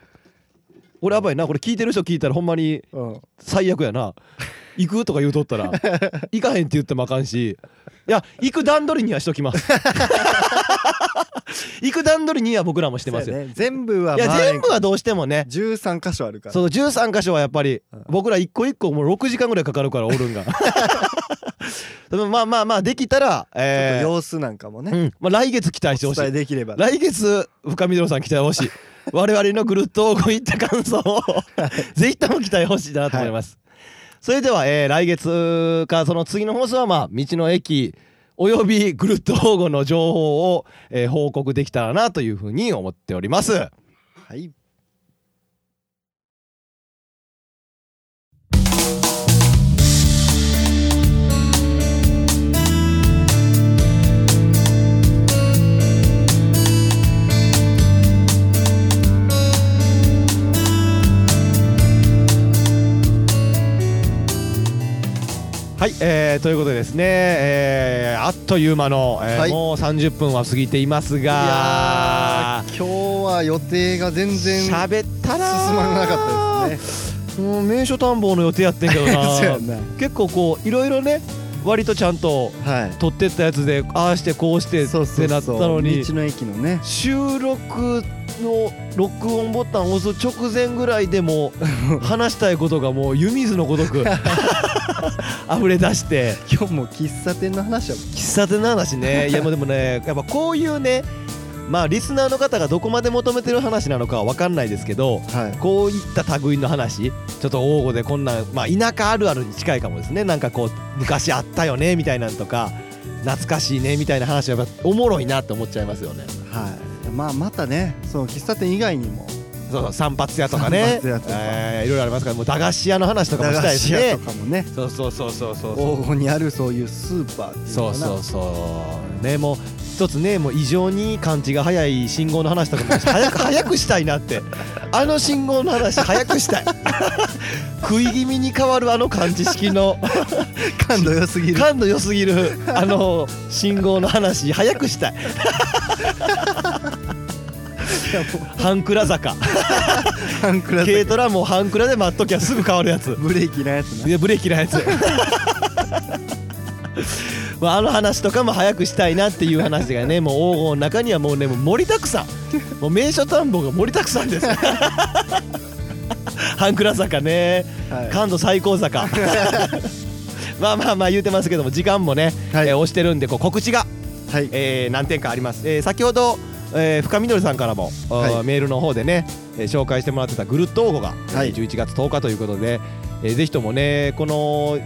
Speaker 2: 俺やばいなこれ聞いてる人聞いたらほんまに
Speaker 1: うん
Speaker 2: 最悪やな行くとか言うと [LAUGHS] ったら [LAUGHS] 行かへんって言ってもあかんしいや行く段取りにはしときます行く段取りには僕らもしてますよ、
Speaker 1: そうやね全部はい
Speaker 2: や
Speaker 1: まあ
Speaker 2: 全部はどうしてもね
Speaker 1: 13箇所あるから
Speaker 2: その13箇所はやっぱり
Speaker 1: うん
Speaker 2: 僕ら一個一個もう6時間ぐらいかかるからおるんが
Speaker 1: [LAUGHS]
Speaker 2: でもまあまあまあできたら
Speaker 1: ちょっ
Speaker 2: え
Speaker 1: と
Speaker 2: ー
Speaker 1: 様子なんかもね、
Speaker 2: うんまあ、来月期待して
Speaker 1: お
Speaker 2: ほし
Speaker 1: 伝え
Speaker 2: い
Speaker 1: できれば
Speaker 2: 来月深緑さん期待
Speaker 1: [LAUGHS]
Speaker 2: ほしい我々のグルッとこういった感想をぜひとも期待ほしいなと思います、それでは、えー来月かその次の放送はまあ道の駅およびグルッと保護の情報を、えー報告できたらなというふうに思っております
Speaker 1: はい
Speaker 2: はい、えーということでですね、えーあっという間の、えー
Speaker 1: はい
Speaker 2: もう30分は過ぎています
Speaker 1: いや
Speaker 2: が
Speaker 1: ー今日は予定が全然進
Speaker 2: 喋ったらー
Speaker 1: まなかったですね
Speaker 2: もう名所探訪の予定やってんけど
Speaker 1: [LAUGHS] そうや
Speaker 2: なん
Speaker 1: な
Speaker 2: 結構こういろいろね割とちゃんと
Speaker 1: はい
Speaker 2: 撮ってったやつでああしてこうして
Speaker 1: そうそうそう
Speaker 2: ってなったのに
Speaker 1: 道の駅のね
Speaker 2: 収録の録音ボタンを押す直前ぐらいでも
Speaker 1: [LAUGHS]
Speaker 2: う話したいことがもう湯水のごとく溢れ出して
Speaker 1: 今日も喫茶店の話は
Speaker 2: 喫茶店の話
Speaker 1: [LAUGHS]
Speaker 2: ねいやもうでもねやっぱこういうねまあリスナーの方がどこまで求めてる話なのかは分かんないですけど
Speaker 1: はい
Speaker 2: こういった類の話ちょっと大語でこんなん、まあ、田舎あるあるに近いかもですねなんかこう昔あったよねみたいなんとか懐かしいねみたいな話はやっぱおもろいなって思っちゃいますよね
Speaker 1: はいまあまたねその喫茶店以外にも
Speaker 2: そうそう散髪屋とかね
Speaker 1: 散髪屋とか
Speaker 2: えーいろいろありますからもう駄菓子屋の話とかも
Speaker 1: 駄
Speaker 2: した
Speaker 1: 菓
Speaker 2: いで
Speaker 1: 子
Speaker 2: す
Speaker 1: 屋
Speaker 2: ね
Speaker 1: とかもね
Speaker 2: そうそうそうそうそうそう
Speaker 1: 黄金にあるそういうスーパーっていう
Speaker 2: そ
Speaker 1: の
Speaker 2: う
Speaker 1: かな
Speaker 2: そうそうねもう一つねもう異常に感知が早い信号の話とかも早く [LAUGHS] 早くしたいなってあの信号の話早くしたい [LAUGHS] 食い気味に変わるあの感知
Speaker 1: [LAUGHS]
Speaker 2: 式の
Speaker 1: 感度良す [LAUGHS] ぎる
Speaker 2: 感度良すぎるあの信号の話早
Speaker 1: [LAUGHS]
Speaker 2: くしたい半クラ坂
Speaker 1: 半クラス
Speaker 2: 軽トラも半クラで待っときゃすぐ変わるやつ
Speaker 1: ブレーキのやつな
Speaker 2: でブレーキのやつ [LAUGHS] まああの話とかも早くしたいなっていう話がねもう黄金の中にはもうねもう盛りだくさんもう名所探訪が盛りだくさんです [LAUGHS] 半倉坂ね、
Speaker 1: はい
Speaker 2: 感度最高 [LAUGHS] 坂まあまあまあ言うてますけども時間もね、
Speaker 1: はい
Speaker 2: えー押してるんでこう告知が、
Speaker 1: はい
Speaker 2: えー何点かあります、えー先ほど、えー深緑さんからも、あー
Speaker 1: はい
Speaker 2: メールの方でね、えー紹介してもらってたぐるっと応募が、
Speaker 1: はい
Speaker 2: えー11月10日ということで、えーぜひともねこの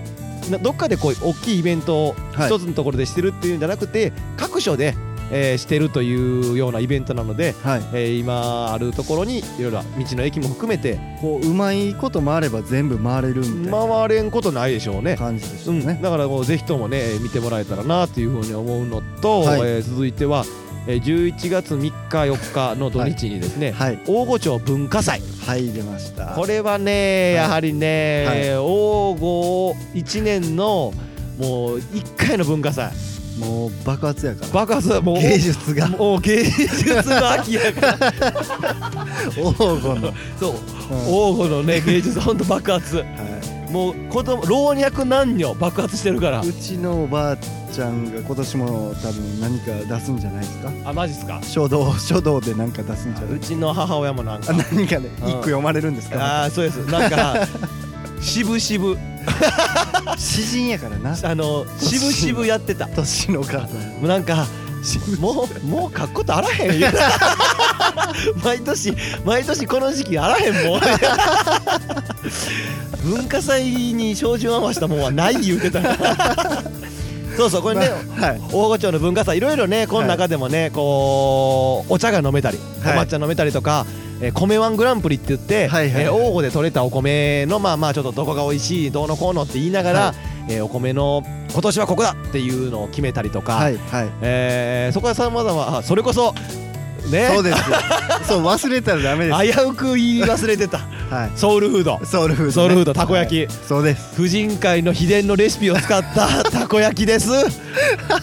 Speaker 2: などっかでこう大きいイベントを
Speaker 1: はい
Speaker 2: 一つのところでしてるっていうんじゃなくて、各所で、えーしてるというようなイベントなので、
Speaker 1: はい
Speaker 2: えー今あるところにいろいろ道の駅も含めて
Speaker 1: こううまいこともあれば全部回れるみたいな
Speaker 2: 回れんことないでしょうね。
Speaker 1: 感じでし
Speaker 2: う、
Speaker 1: ょうんね、
Speaker 2: だからもうぜひともねえー見てもらえたらなというふうに思うのと、
Speaker 1: はい
Speaker 2: えー続いては、えー11月3日4日の土日にですね、
Speaker 1: はい
Speaker 2: 大御町文化祭
Speaker 1: 入れました
Speaker 2: これはね、
Speaker 1: はい
Speaker 2: やはりね、
Speaker 1: はい
Speaker 2: 王号1年のもう1回の文化祭
Speaker 1: もう爆発やから
Speaker 2: 爆発もう
Speaker 1: 芸術が
Speaker 2: もう芸術の秋やから
Speaker 1: [LAUGHS] 黄金
Speaker 2: [LAUGHS]
Speaker 1: の、
Speaker 2: そう
Speaker 1: うん
Speaker 2: 王吾のね芸術ほんと爆発
Speaker 1: は
Speaker 2: もう子供老若男女爆発してるから
Speaker 1: い、うちのおばあちゃんが今年も多分何か出すんじゃないですか
Speaker 2: あマジっすか
Speaker 1: 書道書道で何か出すんじゃな
Speaker 2: う
Speaker 1: い
Speaker 2: ちの母親もな
Speaker 1: あ
Speaker 2: んか
Speaker 1: 何かね
Speaker 2: うん
Speaker 1: 一句読まれるんですか
Speaker 2: ああそうですなんか渋々
Speaker 1: 詩人や
Speaker 2: [LAUGHS]
Speaker 1: からな
Speaker 2: あの渋々やってたも
Speaker 1: 年の数
Speaker 2: うなんかしもうもう書くことあらへん [LAUGHS] 毎年毎年この時期あらへん [LAUGHS] もん文化祭に照準合わせたもんはない言うてた [LAUGHS] そうそうこれね、
Speaker 1: はい
Speaker 2: 大御町の文化祭いろいろねこの中でもね、こうお茶が飲めたり、
Speaker 1: はい
Speaker 2: お抹茶飲めたりとか、えー米ワングランプリって言って、
Speaker 1: はいはい
Speaker 2: えー大御で採れたお米のまあまあちょっとどこが美味しいどうのこうのって言いながら、
Speaker 1: は
Speaker 2: えーお米の今年はここだっていうのを決めたりとか、
Speaker 1: はいはい
Speaker 2: えーそこはさまざまあそれこそね
Speaker 1: そうですよそう忘れたらダメです
Speaker 2: 危うく言い忘れてた
Speaker 1: は
Speaker 2: ソウルフー
Speaker 1: [LAUGHS]
Speaker 2: ド
Speaker 1: いソウルフードね
Speaker 2: ソウルフードたこ焼き
Speaker 1: はいそうです
Speaker 2: 婦人会の秘伝のレシピを使
Speaker 1: [LAUGHS]
Speaker 2: ったたこ焼きです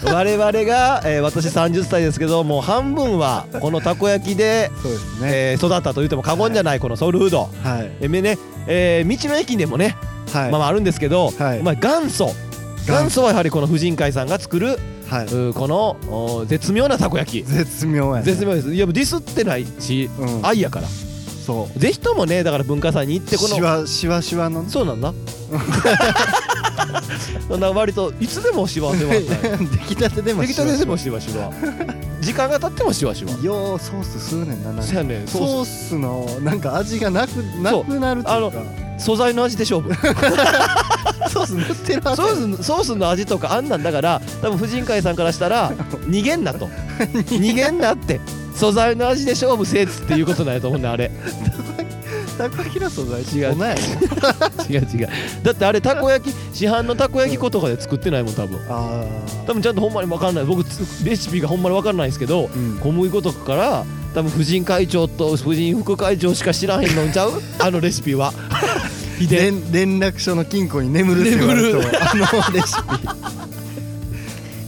Speaker 2: 我々が、えー私30歳ですけどもう半分はこのたこ焼きで、
Speaker 1: そうですね
Speaker 2: えー育ったと言っても過言じゃないこのソウルフード、
Speaker 1: はい
Speaker 2: えーねえー道の駅でもね、
Speaker 1: はい
Speaker 2: まあまああるんですけど、
Speaker 1: はい
Speaker 2: まあ、元祖
Speaker 1: 祖
Speaker 2: 元祖はやはりこの婦人会さんが作る、
Speaker 1: は
Speaker 2: う
Speaker 1: い
Speaker 2: ーこのおー絶妙なたこ焼き
Speaker 1: 絶妙やね
Speaker 2: 絶妙ですいやもうディスってないし
Speaker 1: うん
Speaker 2: 愛やから
Speaker 1: そ
Speaker 2: ぜひともねだから文化祭に行っ
Speaker 1: う
Speaker 2: てこ
Speaker 1: シ
Speaker 2: の
Speaker 1: ワシワシワのね
Speaker 2: そうなんだそんな割といつでもしわしわ
Speaker 1: 出来たてでも
Speaker 2: [LAUGHS] 出来たてでもしわしわ時間が経ってもしわしわ
Speaker 1: [LAUGHS] ようソースすうねんななん
Speaker 2: そ
Speaker 1: か
Speaker 2: やねん
Speaker 1: ソ
Speaker 2: そう
Speaker 1: ースのなんか味がなくなくなるっていうか
Speaker 2: 素材の味で勝 [LAUGHS] 負
Speaker 1: [LAUGHS] ソース塗ってるはず
Speaker 2: ソースソースの味とかあんなんだから多分婦人会さんからした [LAUGHS] ら逃げんなと逃げんなって素材の味で勝負せえっつっていうことなんやと思うねんあれ
Speaker 1: たこ焼きの素材
Speaker 2: 違う
Speaker 1: 粉やね
Speaker 2: 違う違うだってあれたこ焼き市販のたこ焼き粉とかで作ってないもん多分
Speaker 1: あ
Speaker 2: 多分ちゃんとほんまに分かんない僕つレシピがほんまに分かんないんですけど
Speaker 1: ーうん
Speaker 2: 小麦粉とかから多分婦人会長と婦人副会長しか知らへんのん
Speaker 1: [LAUGHS]
Speaker 2: ちゃうあのレシピは秘伝
Speaker 1: 連連絡書の金庫に眠るって言われる
Speaker 2: 眠
Speaker 1: [LAUGHS] とあのレシ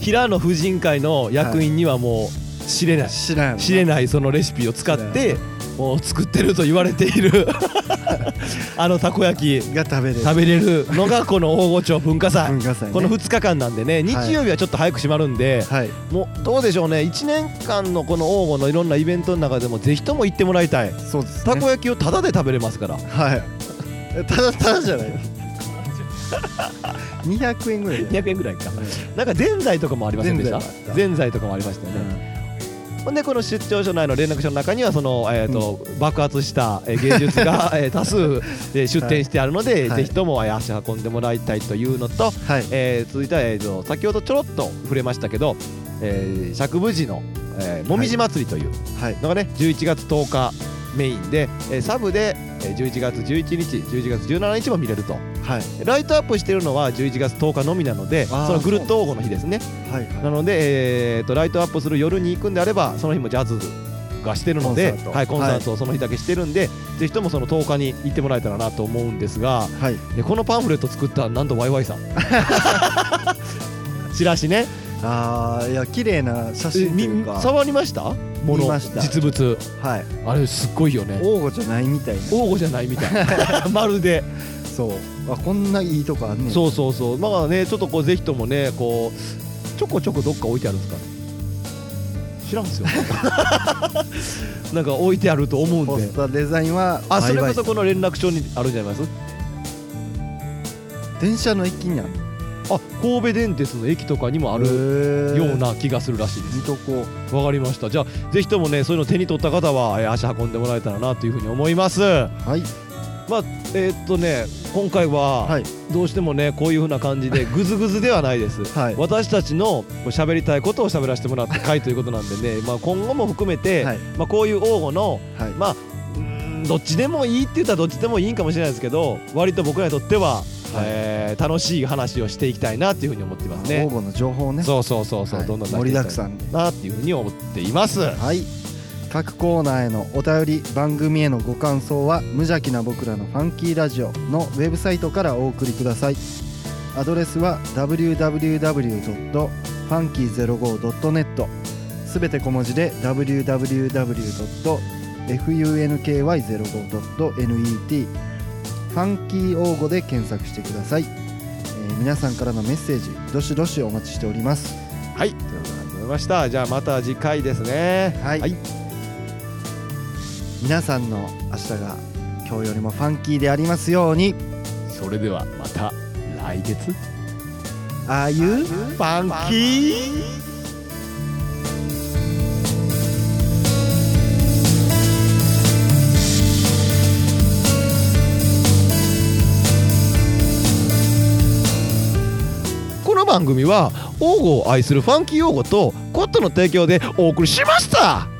Speaker 1: ピ
Speaker 2: 平野婦人会の役員にはもう知れない
Speaker 1: 知らんよな
Speaker 2: 知れないそのレシピを使ってもう作ってると言われて
Speaker 1: [LAUGHS]
Speaker 2: いるあのたこ焼き
Speaker 1: が食べれる
Speaker 2: 食べれるのがこの大御町文化祭
Speaker 1: 文化祭ね
Speaker 2: この2日間なんでね日曜日はちょっと早く閉まるんで、
Speaker 1: はい
Speaker 2: もうどうでしょうね1年間のこの応募のいろんなイベントの中でもぜひとも行ってもらいたい
Speaker 1: そうですね
Speaker 2: たこ焼きをタダで食べれますから
Speaker 1: はいえただただじゃない [LAUGHS] 200円ぐらいで
Speaker 2: 200円ぐらいかなんかぜんざいとかもありませんでした
Speaker 1: ぜんざいもあった
Speaker 2: ぜんざいとかもありましたよね、ほんでこの出張所内の連絡書の中にはその、えーと爆発した、えー芸術が、えー多数、えー出展してあるので、
Speaker 1: はい
Speaker 2: ぜひとも、えー足運んでもらいたいというのと、
Speaker 1: はい
Speaker 2: えー続いては、えーと先ほどちょろっと触れましたけど、えー、釈武寺の、えーもみじ祭りという
Speaker 1: はい
Speaker 2: のがね11月10日メインで、えーサブで、えー11月11日11月17日も見れると
Speaker 1: はい
Speaker 2: ライトアップしてるのは11月10日のみなのでそ
Speaker 1: あー
Speaker 2: のぐるっと応募の日ですね
Speaker 1: はい
Speaker 2: な
Speaker 1: は
Speaker 2: ので、えー、とライトアップする夜に行くんであればその日もジャズがしてるので
Speaker 1: コンサート
Speaker 2: はい、コンサートをその日だけしてるんで、ぜひともその10日に行ってもらえたらなと思うんですが
Speaker 1: いはい
Speaker 2: でこのパンフレット作ったなんとワイワイ
Speaker 1: [LAUGHS]
Speaker 2: さんチラシね
Speaker 1: あーいや綺麗な写真
Speaker 2: え
Speaker 1: と
Speaker 2: み
Speaker 1: いうか
Speaker 2: 触りましたも
Speaker 1: 見
Speaker 2: の
Speaker 1: ました
Speaker 2: 実物
Speaker 1: はい
Speaker 2: あれすっごいよね
Speaker 1: 王吾じゃないみたいな
Speaker 2: 王吾じゃないみた
Speaker 1: [LAUGHS]
Speaker 2: いまるで
Speaker 1: そうあこんないいとこあんねん
Speaker 2: そうそうそうまあねちょっとこうぜひともねこうちょこちょこどっか置いてあるんですかね知ら
Speaker 1: [LAUGHS]
Speaker 2: んすよなんか置いてあると思うん
Speaker 1: ポ
Speaker 2: で
Speaker 1: スターデザインは
Speaker 2: あそれ
Speaker 1: ワ
Speaker 2: こ
Speaker 1: イワ
Speaker 2: そ
Speaker 1: イ
Speaker 2: この連絡帳にあるんじゃないです
Speaker 1: 電車の駅にある
Speaker 2: あ神戸電鉄の駅とかにもある
Speaker 1: る
Speaker 2: ような気がするらしいで
Speaker 1: 見とこう
Speaker 2: すわかりましたじゃあぜひともねそういうの手に取った方はえー足運んでもらえたらなというふうに思います
Speaker 1: はい
Speaker 2: えーっとね今回は
Speaker 1: はい
Speaker 2: どうしてもねこういうふうな
Speaker 1: [LAUGHS]
Speaker 2: 感じでグズグズではないです
Speaker 1: はい
Speaker 2: 私たちのこう喋りたいことを喋らせてもらった回ということなんでね、まあ、今後も含めて、
Speaker 1: はい
Speaker 2: まあ、こういう応募の
Speaker 1: はい
Speaker 2: まあうーんどっちでもいいって言ったらどっちでもいいんかもしれないですけど割と僕らにとっては、えー楽しい話をしていきたいなっていうふうに思ってます
Speaker 1: 応
Speaker 2: ね。
Speaker 1: 募の情報をね
Speaker 2: そうそうそうそう、
Speaker 1: はい
Speaker 2: どんどん
Speaker 1: 盛りだくさんで
Speaker 2: なっていうふうに思っています。
Speaker 1: はい各コーナーへのお便り番組へのご感想は「無邪気な僕らのファンキーラジオ」のウェブサイトからお送りくださいアドレスは www.funky05.net すべて小文字で www.funky05.net ファンキー応募で検索してください、えー皆さんからのメッセージどしどしお待ちしております
Speaker 2: はい、ということでございました。じゃあまた次回ですね。
Speaker 1: はい、
Speaker 2: はい
Speaker 1: 皆さんの明日が今日よりもファンキーでありますように
Speaker 2: それではまた来月。
Speaker 1: ああいう
Speaker 2: ファンキー。この番組は王語を愛するファンキー王語とコットの提供でお送りしました